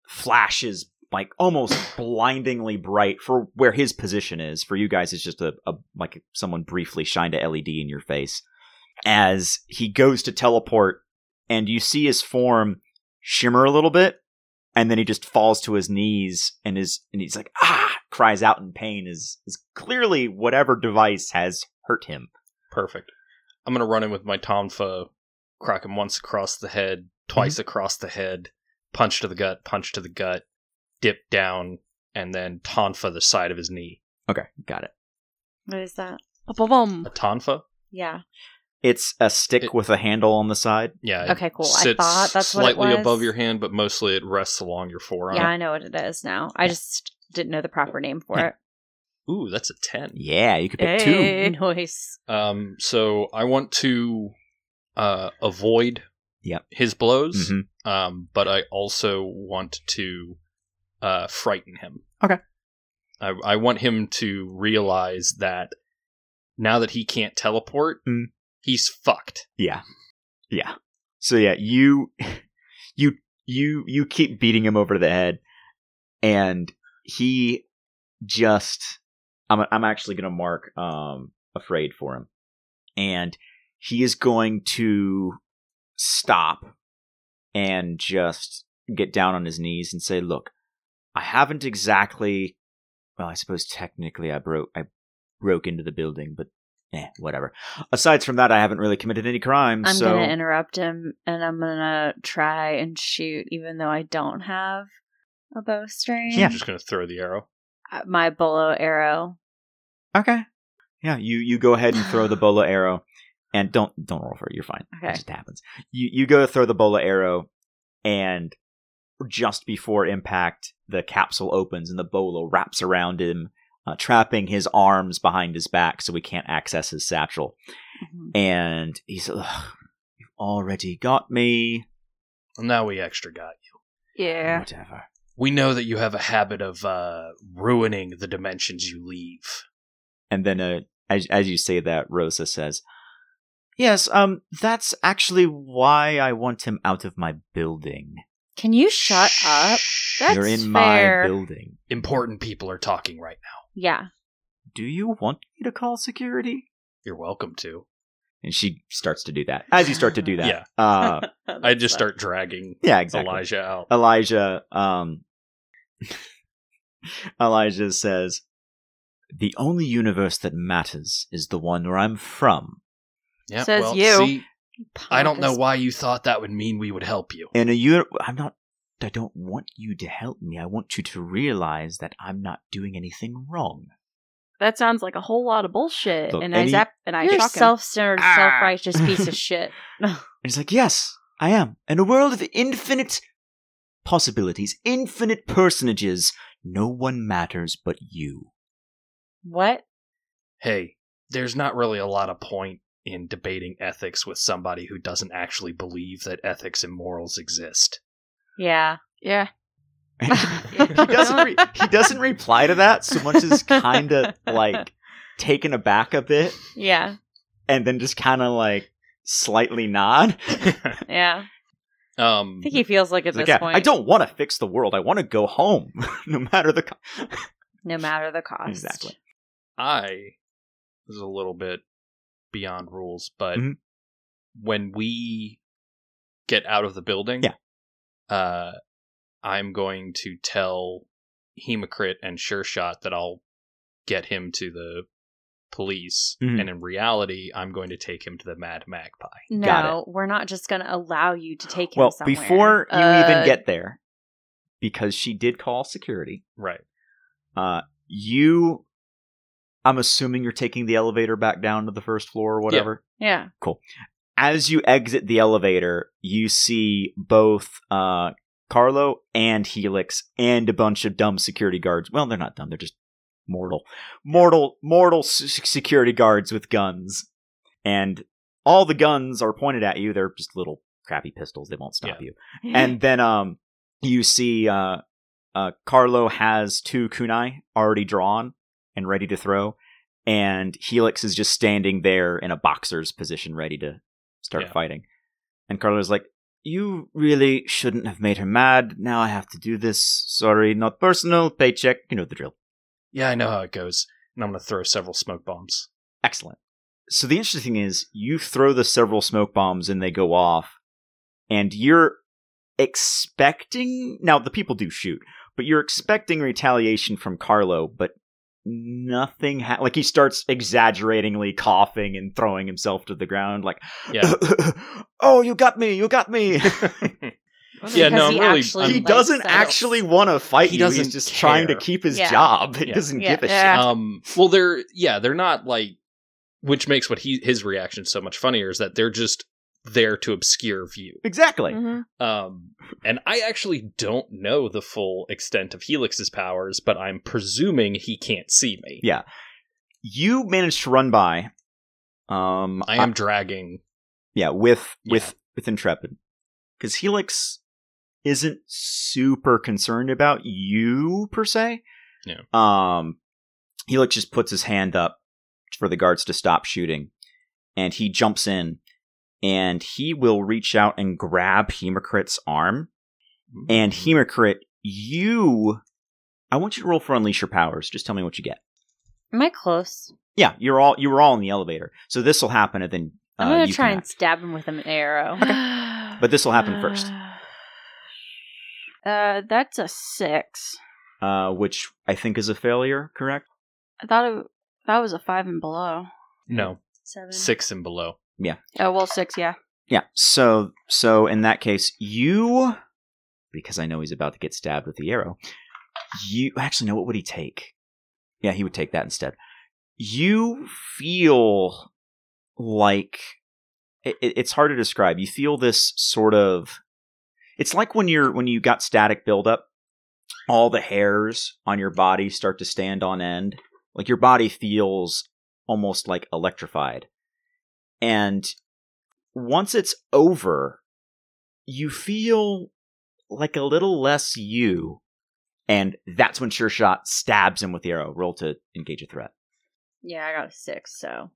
flashes like almost blindingly bright for where his position is. For you guys, it's just a, a like someone briefly shined a LED in your face as he goes to teleport, and you see his form shimmer a little bit, and then he just falls to his knees and is and he's like ah, cries out in pain. Is is clearly whatever device has hurt him.
Perfect. I'm gonna run in with my Tomfa, crack him once across the head, twice
Mm-hmm.
across the head, punch to the gut, punch to the gut, dip down, and then Tonfa the side of his knee.
Okay, got it.
What is that?
Boom.
A Tonfa?
Yeah.
It's a stick
It-
with a handle on the side.
Yeah. it
Okay, cool. I
sits
thought that's what it
slightly
was.
above your hand, but mostly it rests along your forearm.
Yeah, I know what it is now. I just didn't know the proper name for it.
Ooh, that's a ten.
Yeah, you could pick two.
Hey.
Noise.
Um, so I want to uh, avoid
Yep.
his blows,
Mhm.
um, but I also want to uh, frighten him.
Okay.
I, I want him to realize that now that he can't teleport,
Mm.
he's fucked.
Yeah. Yeah. So yeah, you you you you keep beating him over the head and he just I'm I'm actually going to mark um afraid for him. And he is going to stop and just get down on his knees and say, "Look, I haven't exactly well, I suppose technically I broke I broke into the building, but eh, whatever. Aside from that, I haven't really committed any crimes,
I'm
so
gonna interrupt him and I'm gonna try and shoot, even though I don't have a bowstring.
So I'm just gonna throw the arrow.
Uh, My bolo arrow.
Okay. Yeah, you you go ahead and throw the bola arrow, and don't don't roll for it. You're fine.
Okay.
It just happens. You you go to throw the bola arrow, and just before impact, the capsule opens and the bola wraps around him, uh, trapping his arms behind his back, so we can't access his satchel.
Mhm.
And he's, Ugh, "You've already got me.
Well, now we extra got you.
Yeah.
Whatever."
We know that you have a habit of uh, ruining the dimensions you leave.
And then, uh, as as you say that, Rosa says, "Yes, um, that's actually why I want him out of my building.
Can you shut up?
That's
You're in
fair.
my building.
Important people are talking right now.
Yeah.
Do you want me to call security?"
You're welcome to.
And she starts to do that. As you start to do that, yeah, uh,
I just start dragging
yeah, exactly. Uh,
Elijah out.
Elijah, um, Elijah says, "The only universe that matters is the one where I'm from.
Yeah,
Says
well,
you.
See, I don't know
Pompous-
why you thought that would mean we would help you.
In a uni- I'm not. I don't want you to help me. I want you to realize that I'm not doing anything wrong.
That sounds like a whole lot of bullshit.
Look,
and I
any-
zap and I
You're
shock
a
him.
self-centered,
Ah.
self-righteous piece of shit.
And he's like, Yes, I am. In a world of infinite possibilities, infinite personages, no one matters but you.
What?
Hey, there's not really a lot of point in debating ethics with somebody who doesn't actually believe that ethics and morals exist.
Yeah.
yeah.
he, doesn't re- he doesn't reply to that so much as kind of like taken aback a bit
Yeah.
and then just kind of like slightly nod.
Yeah.
um,
I think he feels like at
Mm-hmm. He's like,
this
"Yeah,
point,
I don't want to fix the world. I want to go home, no matter the. Co-
no matter the cost.
Exactly.
I this is a little bit beyond rules, but
Mhm.
when we get out of the building,
Yeah.
uh, I'm going to tell Hemocrit and Sure Shot that I'll get him to the police,
Mhm.
and in reality, I'm going to take him to the Mad Magpie.
Got
No, we're not just going to allow you to take him
Well,
somewhere.
before you
Uh,
even get there, because she did call security,
Right.
uh, you, I'm assuming you're taking the elevator back down to the first floor or whatever.
Yeah.
As you exit the elevator, you see both uh, Carlo and Helix and a bunch of dumb security guards. Well, they're not dumb; they're just mortal, mortal, mortal s- s- security guards with guns, and all the guns are pointed at you. They're just little crappy pistols; they won't stop
Yeah.
you and then um you see uh uh Carlo has two kunai already drawn and ready to throw and Helix is just standing there in a boxer's position ready to start
Yeah.
fighting. And Carlo's like you really shouldn't have made her mad. Now I have to do this. Sorry, not personal. Paycheck. You know the drill.
Yeah, I know how it goes. And I'm going to throw several smoke bombs.
Excellent. So the interesting thing is, you throw the several smoke bombs and they go off, and you're expecting. Now, the people do shoot, but you're expecting retaliation from Carlo, but nothing. Ha- like, he starts exaggeratingly coughing and throwing himself to the ground, like,
Yeah.
oh, you got me, you got me.
Yeah, no,
Because he
I'm really-
actually
I'm-
he
likes
doesn't
settles.
actually want to fight
He
you. He's
doesn't
just trying to
care.
keep his
Yeah.
job. He
Yeah.
doesn't
Yeah.
give a
Yeah.
shit.
um well they're yeah they're not like which makes what he his reaction so much funnier is that they're just there to obscure view
Exactly.
Mhm.
um and i actually don't know the full extent of helix's powers but i'm presuming he can't see me
Yeah. You managed to run by. Um,
i am dragging
yeah with
Yeah.
with with intrepid because helix isn't super concerned about you per se
Yeah.
um helix just puts his hand up for the guards to stop shooting and he jumps in and he will reach out and grab hemocrit's arm and
Mm-hmm.
hemocrit you i want you to roll for unleash your powers just tell me what you get
Am I close?
yeah you're all you were all in the elevator so this will happen and then uh,
I'm going
you
to try
can
and stab him with an arrow.
But this will happen first.
Uh, that's a six.
uh, which I think is a failure, correct?
I thought it, that was a five and below.
no
Seven.
six and below
Oh well, six. Yeah.
Yeah. So so in that case, you because I know he's about to get stabbed with the arrow. You actually know what would he take? Yeah, he would take that instead. You feel like it, it- it's hard to describe. You feel this sort of it's like when you're when you got static buildup, all the hairs on your body start to stand on end. Like your body feels almost like electrified. And once it's over, you feel like a little less you. And that's when Sure Shot stabs him with the arrow. Roll to engage a threat.
Yeah, I got a six, so.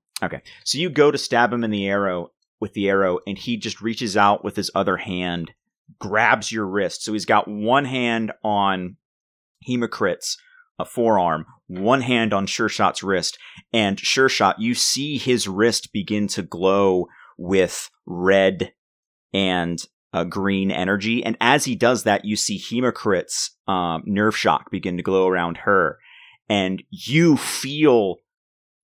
So you go to stab him in the arrow with the arrow, and he just reaches out with his other hand, grabs your wrist. So he's got one hand on Hemocrit's uh, forearm, one hand on Sure Shot's wrist, and Sure Shot, you see his wrist begin to glow with red and uh, green energy. And as he does that, you see Hemocrit's um, nerve shock begin to glow around her, and you feel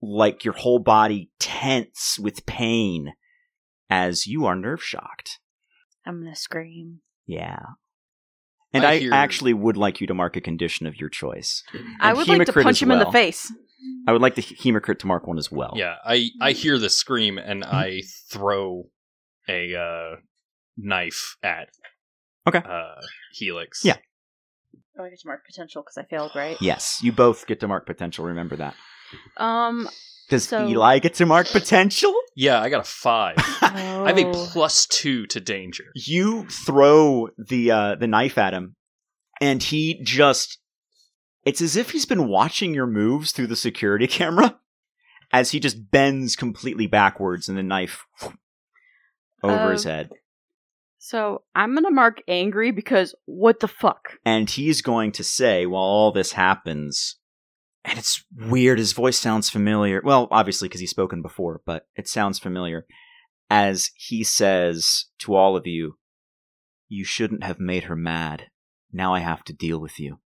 like your whole body tense with pain as you are nerve shocked.
I'm going to scream.
Yeah. And
I
I,
hear-
actually would like you to mark a condition of your choice.
I
And
would like to
Hemocrit as
punch him in the
well.
face.
I would like the he- Hemocrit to mark one as well.
yeah i i hear the scream and
Mm-hmm.
i throw a uh knife at
Okay.
uh helix
Yeah.
Oh, I get to mark potential because I failed, right?
Yes, you both get to mark potential. Remember that.
Um,
Does
So-
Eli get to mark potential?
yeah i got a five I have
Oh.
a plus two to danger.
you throw the uh, the knife at him, and he just it's as if he's been watching your moves through the security camera as he just bends completely backwards and the knife over
Uh,
his head
so I'm gonna mark angry because what the fuck?
and he's going to say while all this happens and it's weird his voice sounds familiar well obviously because he's spoken before but it sounds familiar as he says to all of you you shouldn't have made her mad Now I have to deal with you.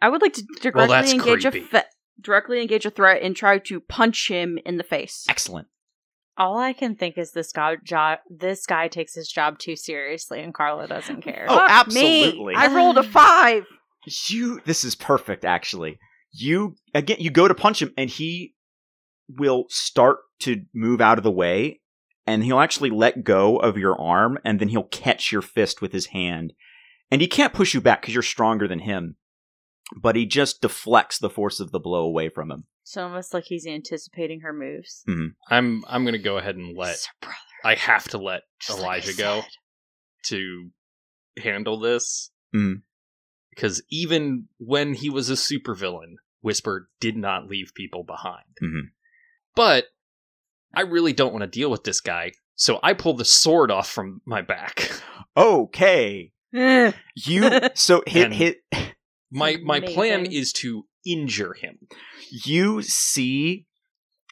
I would like to directly
Well, that's
engage
creepy.
a fe- directly engage a threat and try to punch him in the face.
Excellent.
All I can think is this guy job this guy takes his job too seriously and Carla doesn't care.
Oh,
Fuck me.
absolutely.
I rolled a five.
You this is perfect actually. You again you go to punch him and he will start to move out of the way and he'll actually let go of your arm and then he'll catch your fist with his hand. And he can't push you back cuz you're stronger than him. But he just deflects the force of the blow away from him.
So almost like he's anticipating her
Mm,
moves.
I'm I'm gonna go ahead and let
He's her brother,
I have to let
just like I
Elijah go
said.
to handle this.
Mm.
Because even when he was a supervillain, Whisper did not leave people behind.
Mhm.
But I really don't want to deal with this guy, so I pull the sword off from my back.
Okay.
Eh.
You so hit
And-
hit
My my plan
Amazing.
is to injure him.
you see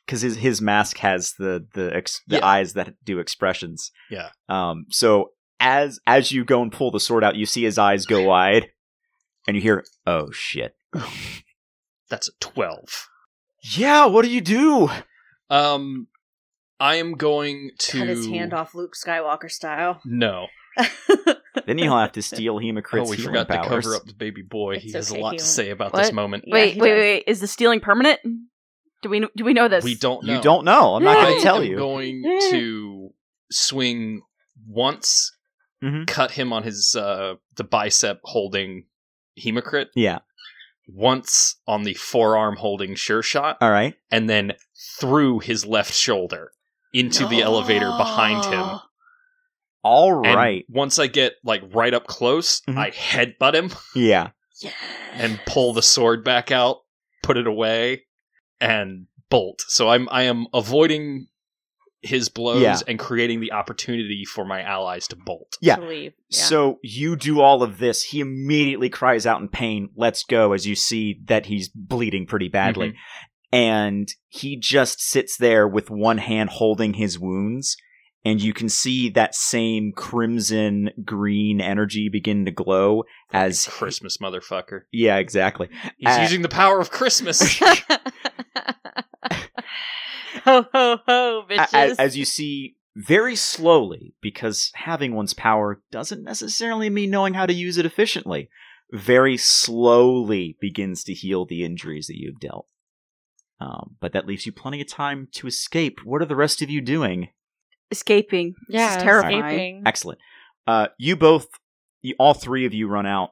because his his mask has the the ex- the
Yeah.
eyes that do expressions.
Yeah.
Um. So as as you go and pull the sword out, you see his eyes go wide, and you hear, "Oh shit."
That's a twelve.
yeah. What do you do?
Um, I am going to
Cut his hand off Luke Skywalker style.
No,
then you'll have to steal Hemocrit's
oh, we
healing
forgot to
powers.
cover up the baby boy.
It's
he has a
okay,
lot
he
to
won't-
say about
What?
this moment.
Yeah,
wait,
he
wait,
does.
wait. Is the stealing permanent? Do we do we know this?
We don't know.
You don't know. I'm not
I
going to tell
am
you.
going to swing once,
Mhm.
cut him on his uh the bicep holding Hemocrit,
yeah.
once on the forearm holding Sure Shot,
All right.
and then through his left shoulder into the elevator behind him.
All
And
right.
once I get like right up close,
Mhm.
I headbutt him
yeah.
Yes.
and pull the sword back out, put it away, and bolt. So I'm I am avoiding his blows
Yeah.
and creating the opportunity for my allies to bolt.
Yeah.
To leave. Yeah.
So you do all of this. He immediately cries out in pain, let's go, as you see that he's bleeding pretty badly.
Mhm.
And he just sits there with one hand holding his wounds. And you can see that same crimson green energy begin to glow as.
Christmas motherfucker.
Yeah, exactly.
He's
Uh,
using the power of Christmas.
ho ho ho,
A-
bitches.
As, as you see very slowly, because having one's power doesn't necessarily mean knowing how to use it efficiently, very slowly begins to heal the injuries that you've dealt. Um, but that leaves you plenty of time to escape. What are the rest of you doing?
Mm-hmm.
Escaping.
yeah,
this is terrifying.
escaping.
Excellent. Uh, you both, you, all three of you run out.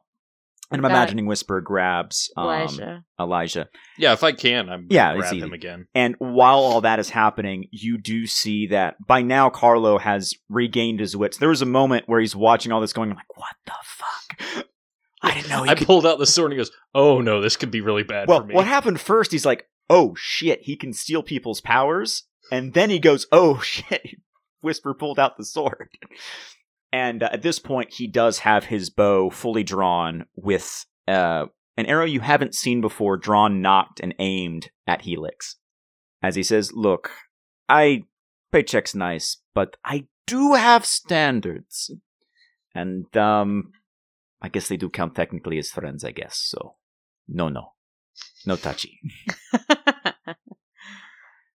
And I'm
Got it.
imagining Whisper grabs um, Elijah.
Elijah.
yeah, if I can, I'm
Yeah,
gonna
it's
grab
easy.
him again.
And while all that is happening, you do see that by now Carlo has regained his wits. There was a moment where he's watching all this going like, what the fuck? I didn't know he
I
could
pulled out the sword and he goes, "Oh no, this could be really bad
Well,
for me."
what happened first, he's like, oh shit, he can steal people's powers. And then he goes, oh shit, Whisper pulled out the sword. And uh, at this point, he does have his bow fully drawn with uh, an arrow you haven't seen before, drawn, knocked, and aimed at Helix. As he says, look, I. Paycheck's nice, but I do have standards. And, um. I guess they do count technically as friends, I guess, so. No, no. No touchy.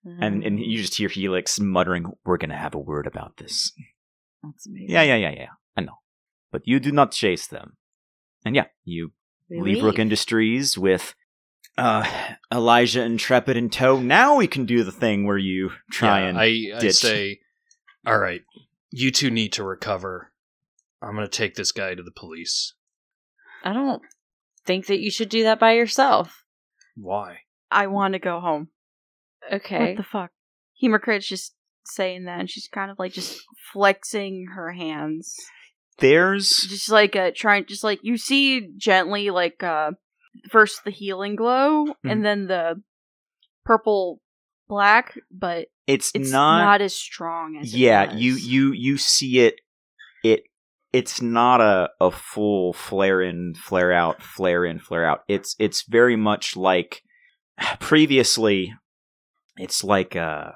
Mm.
And
Um,
and you just hear Helix muttering, "We're gonna have a word about this."
That's amazing.
Yeah, yeah, yeah, yeah. I know, but you do not chase them. And yeah, you
We
leave Rook Industries with uh, Elijah Intrepid in tow. Now we can do the thing where you try
Yeah,
and
I, I
ditch.
say, all right, you two need to recover. I'm gonna take this guy to the police.
I don't think that you should do that by yourself.
Why?
I want to go home.
Okay.
What the fuck? Hemocrit's just saying that, and she's kind of like just flexing her hands,
there's
just like uh, trying, just like you see gently, like uh, first the healing glow,
Mm-hmm.
and then the purple black, but
it's,
it's not,
not,
as strong as it
yeah
was.
you you you see it it it's not a a full flare in flare out flare in flare out it's it's very much like previously it's like a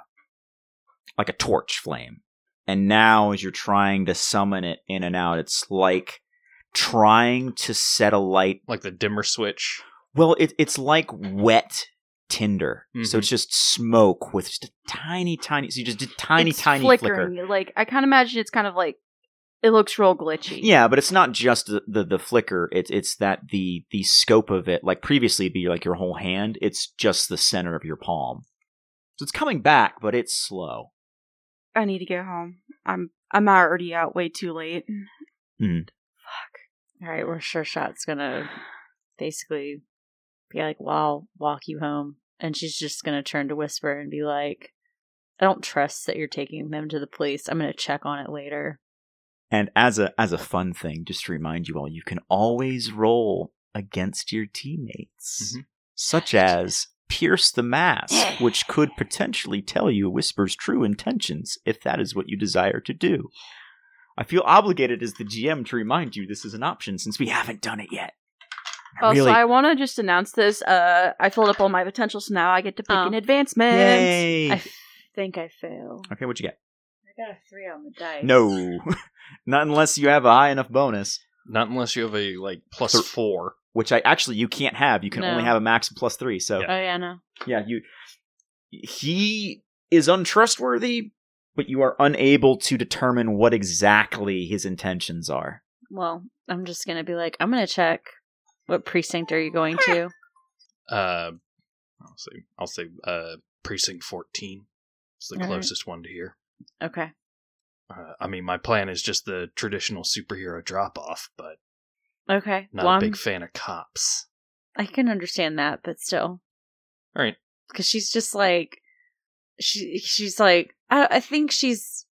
like a torch flame and now as you're trying to summon it in and out it's like trying to set a light.
like the dimmer switch.
Well, it, it's like wet tinder. So
Mm-hmm.
Mhm.
it's just smoke with just a tiny, tiny. So you just did tiny,
It's
tiny flicker.
flickering. Like I can't imagine it's kind of like it looks real glitchy.
Yeah, but it's not just the the, the flicker. It's it's that the the scope of it. Like previously, it'd be like your whole hand. It's just the center of your palm. So it's coming back, but it's slow.
I need to get home. I'm I'm already out way too late.
All right, we're sure Shot's gonna basically be like, "Well, I'll walk you home," and she's just gonna turn to Whisper and be like, "I don't trust that you're taking them to the police. I'm gonna check on it later."
And as a as a fun thing, just to remind you all, you can always roll against your teammates,
Mhm.
such as pierce the mask, which could potentially tell you Whisper's true intentions if that is what you desire to do. I feel obligated as the GM to remind you this is an option since we haven't done it yet. I
Also,
really-
I want to just announce this. Uh, I filled up all my potentials, so now I get to pick
Oh.
an advancement.
Yay!
I f- think I fail.
okay, what you got?
I got a three on the dice.
No, not unless you have a high enough bonus,
Not unless you have a like plus
Thir-
four.
which I actually you can't have. You can
No.
only have a max of plus three. So
Oh yeah, no.
yeah you he is untrustworthy but you are unable to determine what exactly his intentions are
Well, I'm just gonna be like, "I'm gonna check." What precinct are you going to?
Uh, I'll say I'll say uh precinct fourteen. It's the
All right.
closest one to here.
Okay.
Uh, I mean, my plan is just the traditional superhero drop off, but
Okay.
not
well,
a
I'm-
big fan of cops.
I can understand that, but still.
All right.
Because she's just like, she she's like, I, I think she's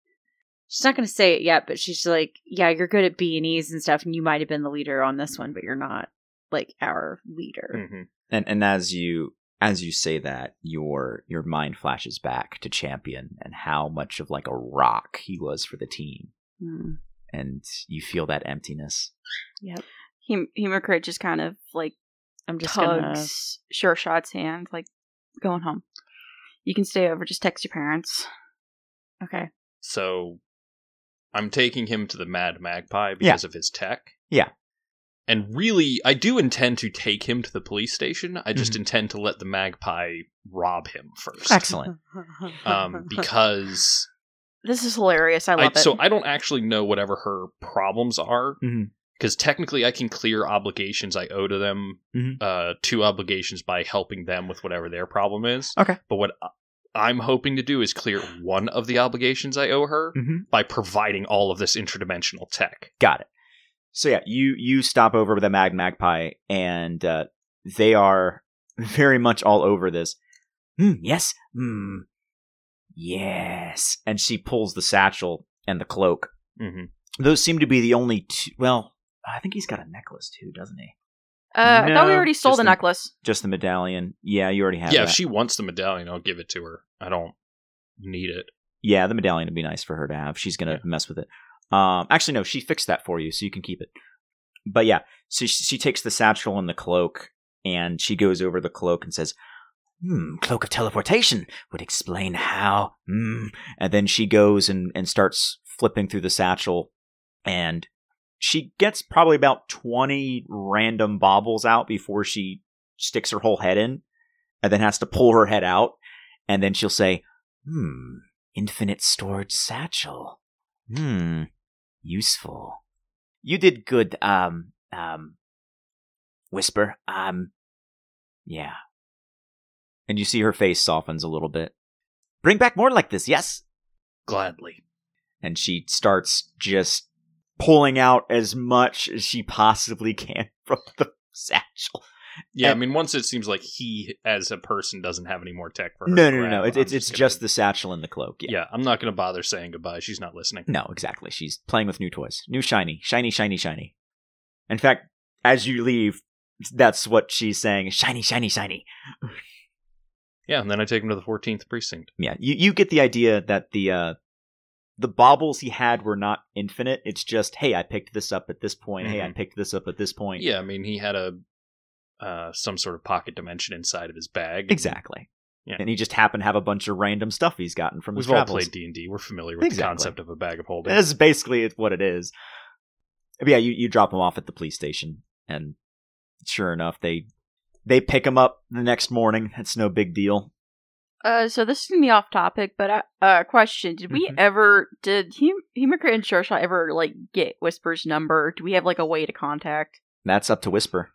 she's not going to say it yet, but she's like, yeah, you're good at B and E's and stuff, and you might have been the leader on this one, but you're not like our leader.
Mm-hmm.
and and as you as you say that your your mind flashes back to champion and how much of like a rock he was for the team
Hmm.
and you feel that emptiness
Hum- Humorcrit just kind of like
I'm just gonna.
tugs Sure Shot's hand, like going home. You can stay over. Just text your parents.
Okay.
So I'm taking him to the Mad Magpie because of his tech.
Yeah.
And really, I do intend to take him to the police station. I just
Mhm.
intend to let the Magpie rob him first.
excellent
Um, because
This is hilarious. I
I,
love it. Uh,
so I don't actually know whatever her problems are
Mhm.
because technically I can clear obligations I owe to them,
Mhm.
uh, two obligations by helping them with whatever their problem is.
Okay.
But what I- I'm hoping to do is clear one of the obligations I owe her
mm-hmm.
by providing all of this interdimensional tech.
Got it. So yeah, you you stop over with the Mag Magpie, and uh, they are very much all over this. Mm, yes. Mm, yes. And she pulls the satchel and the cloak.
Mm-hmm.
Those seem to be the only. Two, well, I think he's got a necklace too, doesn't he?
uh, I thought we
No,
already stole
just
the
the-
necklace.
Just the medallion. Yeah, you already have.
Yeah,
that.
if she wants the medallion, I'll give it to her. I don't need it.
Yeah, the medallion would be nice for her to have. She's gonna
Yeah.
mess with it. Um, actually, no, she fixed that for you, so you can keep it. But yeah, so she, she takes the satchel and the cloak, and she goes over the cloak and says, "Hmm, cloak of teleportation would explain how." Hmm. And then she goes and and starts flipping through the satchel, and she gets probably about twenty random baubles out before she sticks her whole head in, and then has to pull her head out, and then she'll say, "Hmm." infinite storage satchel. Hmm, useful. You did good, um, um, Whisper. Um, yeah. And you see her face softens a little bit. Bring back more like this, yes?
Gladly.
And she starts just pulling out as much as she possibly can from the satchel.
Yeah,
And-
I mean, once it seems like he, as a person, doesn't have any more tech for her.
No,
to
no, no, no.
grab,
It's,
I'm
it's, it's
gonna-
just the satchel and the cloak. Yeah.
Yeah. I'm not going to bother saying goodbye. She's not listening.
No, exactly. She's playing with new toys. New shiny, shiny, shiny, shiny. In fact, as you leave, that's what she's saying. Shiny, shiny, shiny.
Yeah, and then I take him to the 14th precinct.
Yeah, you, you get the idea that the uh the baubles he had were not infinite. It's just, hey, I picked this up at this point. Hey, I picked this up at this point.
Mm-hmm. Yeah, I mean, he had a uh, some sort of pocket dimension inside of his bag.
Exactly.
Yeah.
And he just happened to have a bunch of random stuff he's gotten from his
We've all
travels.
played D and D. We're familiar with
Exactly.
the concept of a bag of holding.
That's basically what it is. But yeah, you, you drop them off at the police station, and sure enough, they they pick them up the next morning. It's no big deal.
Uh, so this is gonna be off topic, but I, uh, question: Did we
Mm-hmm.
Mhm.
ever did Hem- Hemocrit and Shareshot ever like get Whisper's number? Do we have like a way to contact?
That's up to Whisper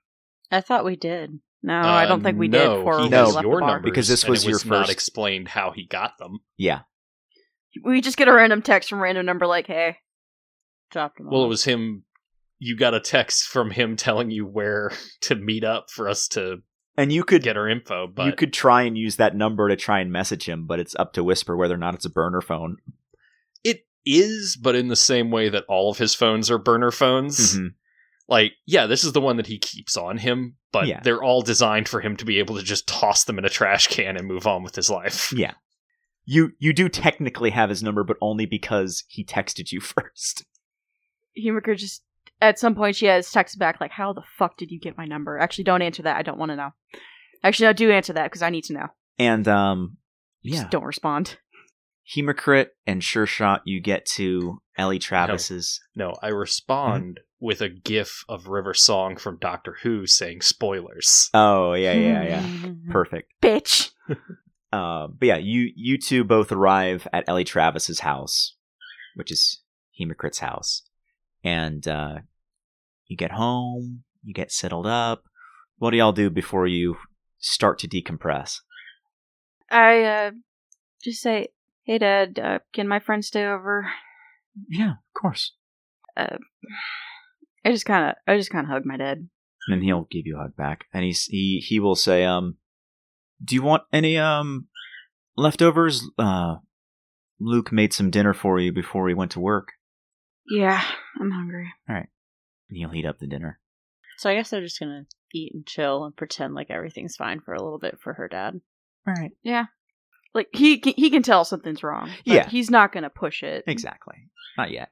I thought we did.
No, I
Uh,
don't think we
no,
did. For
he
we
has
knows
left
your
the bar.
numbers,
Because this
and
was
it
your
Not
first-
explained how he got them.
Yeah.
We just get a random text from random number like, "Hey,
Dropped them.
Mm.
Well, it
off.
was him. You got a text from him telling you where to meet up for us to
And you could
get our info, but
you could try and use that number to try and message him, but it's up to Whisper whether or not it's a burner phone.
it is, but in the same way that all of his phones are burner phones.
Mhm.
Like, yeah, this is the one that he keeps on him, but
Yeah.
they're all designed for him to be able to just toss them in a trash can and move on with his life.
Yeah. You you do technically have his number, but only because he texted you first.
Hemocrit just." At some point, she has text back like, "How the fuck did you get my number?" Actually, don't answer that. I don't want to know. Actually, no, do answer that because I need to know.
And um
Just
yeah,
don't respond.
Hemocrit and Sure Shot, you get to Ellie Travis's.
No, I respond with a gif of River Song from Doctor Who saying spoilers.
Oh yeah, yeah, yeah.
Mm-hmm.
Perfect.
Bitch.
Uh, but yeah, you you two both arrive at Ellie Travis's house, which is Hemocrit's house, and uh, you get home, you get settled up. What do y'all do before you start to decompress?
I uh, just say, "Hey, Dad, uh, can my friend stay over?"
Yeah, of course.
I just kind of, I just kind of hug my dad.
And he'll give you a hug back, and he's he he will say, um, "Do you want any um leftovers? Uh, Luke made some dinner for you before he went to work,
Yeah, I'm hungry.
and he'll heat up the dinner."
So I guess I'm just gonna eat and chill and pretend like everything's fine for a little bit for her dad.
All right,
Like he can, he can tell something's wrong. but
Yeah.
he's not gonna push it.
exactly. Not yet.
Mm-hmm.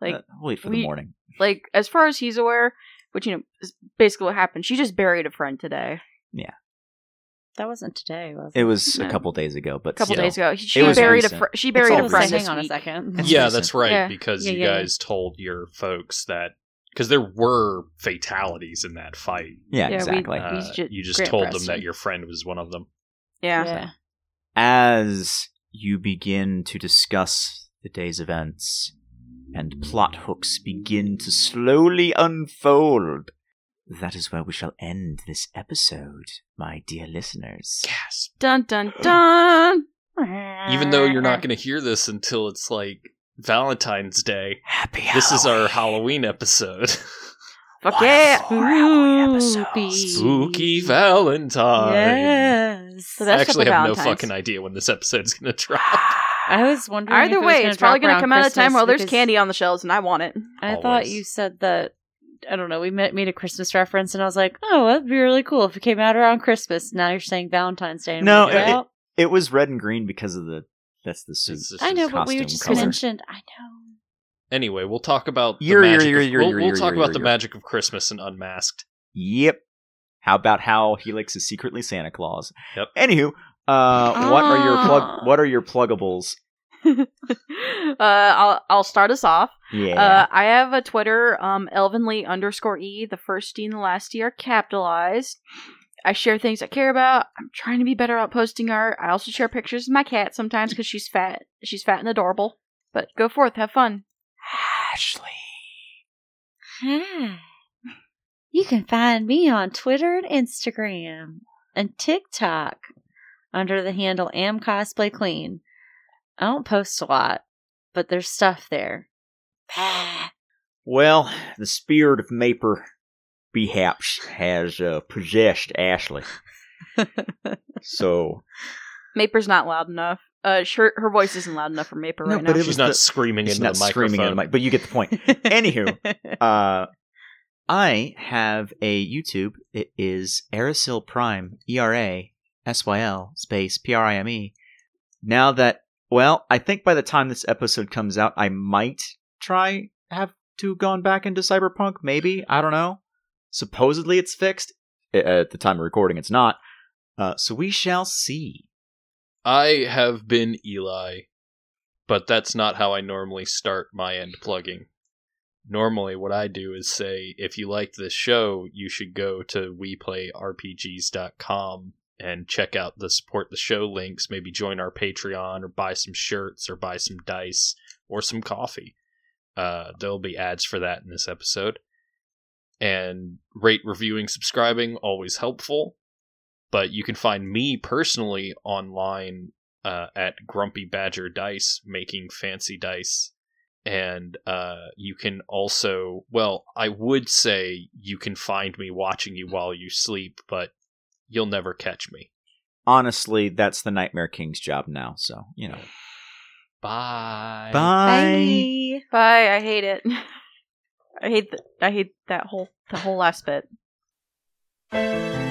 Like
Uh, wait for the
we-
morning.
like as far as he's aware, which you know is basically what happened. She just buried a friend today,
That wasn't today, was it?
It was a
No.
couple days ago, but
a couple
still.
days ago. She
was
buried a
recent.
fr- she
It's
buried
all
a
the
friend
same.
this
Hang on a
week.
second.
yeah,
recent.
that's right,
Yeah.
because
Yeah,
you
yeah, yeah.
guys told your folks that because there were fatalities in that fight.
Yeah,
Yeah, we-
exactly.
Uh, he's ju-
you just
Grant
told them
Preston.
that your friend was one of them.
Yeah.
Yeah.
As you begin to discuss the day's events and plot hooks begin to slowly unfold, that is where we shall end this episode, my dear listeners.
Yes.
Dun dun dun.
Even though you're
Uh-huh.
not going to hear this until it's like Valentine's Day,
Happy
this is our Halloween episode.
Fuck
Wonderful
yeah.
Halloween episodes.
Spoopy.
Spooky Valentine.
Yes.
So
I
that's
actually
for
have no
Valentine's.
fucking idea when this episode's going to drop.
I was wondering. if
Either
it was
way,
gonna
it's probably
drop
gonna
around
come out at a time
Christmas
where there's
because
candy on the shelves, and I want it.
I thought
Always.
you said that. I don't know. We made, made a Christmas reference, and I was like, "Oh, that'd be really cool if it came out around Christmas." Now you're saying Valentine's Day. And
No,
we're like,
it-
well,
It was red and green because of the. That's the suit.
It's just-
I know, but we
costume
just
color.
mentioned. I know.
Anyway, we'll talk about the
Yuri,
magic.
yuri,
of-
yuri,
we'll-
yuri,
We'll talk
yuri,
about the
yuri.
magic of Christmas and Unmasked.
Yep. How about how Helix is secretly Santa Claus?
Yep.
Anywho, uh, what are your plug?
Ah.
What are your pluggables?
uh, I'll I'll start us off.
Yeah.
Uh, I have a Twitter, um, elvenly underscore e. The first D and the last E are capitalized. I share things I care about. I'm trying to be better about posting art. I also share pictures of my cat sometimes because she's fat. She's fat and adorable. But go forth, have fun.
Ashley.
Hi. You can find me on Twitter and Instagram and TikTok under the handle Am Cosplay Queen. I don't post a lot, but there's stuff there.
Well, the spirit of Maper Behaps has uh, possessed Ashley. so
Maper's not loud enough. Uh, sure, her voice isn't loud enough for Maper
No,
right
but
now.
it
She's
was
not
the-
screaming
it's
into
not
the microphone.
screaming in the mic, but you get the point. Anywho. Uh, I have a YouTube. It is Aerosil Prime, E R A S Y L space P R I M E. Now that, well, I think by the time this episode comes out, I might try have to gone back into Cyberpunk. Maybe I don't know. Supposedly it's fixed. A- At the time of recording, it's not. Uh, so we shall see.
I have been Eli, but that's not how I normally start my end plugging. normally what I do is say, if you liked this show, you should go to weplayrpgs.com and check out the support the show links, maybe join our Patreon or buy some shirts or buy some dice or some coffee. Uh, there'll be ads for that in this episode. And rate, reviewing, subscribing, always helpful. But you can find me personally online uh, at Grumpy Badger Dice, making fancy dice and uh, you can also well i would say you can find me watching you while you sleep but you'll never catch me
Honestly, that's the Nightmare King's job now. So you know.
bye
Bye.
Bye.
Bye. I hate it. I hate. Th- I hate that whole the whole last bit.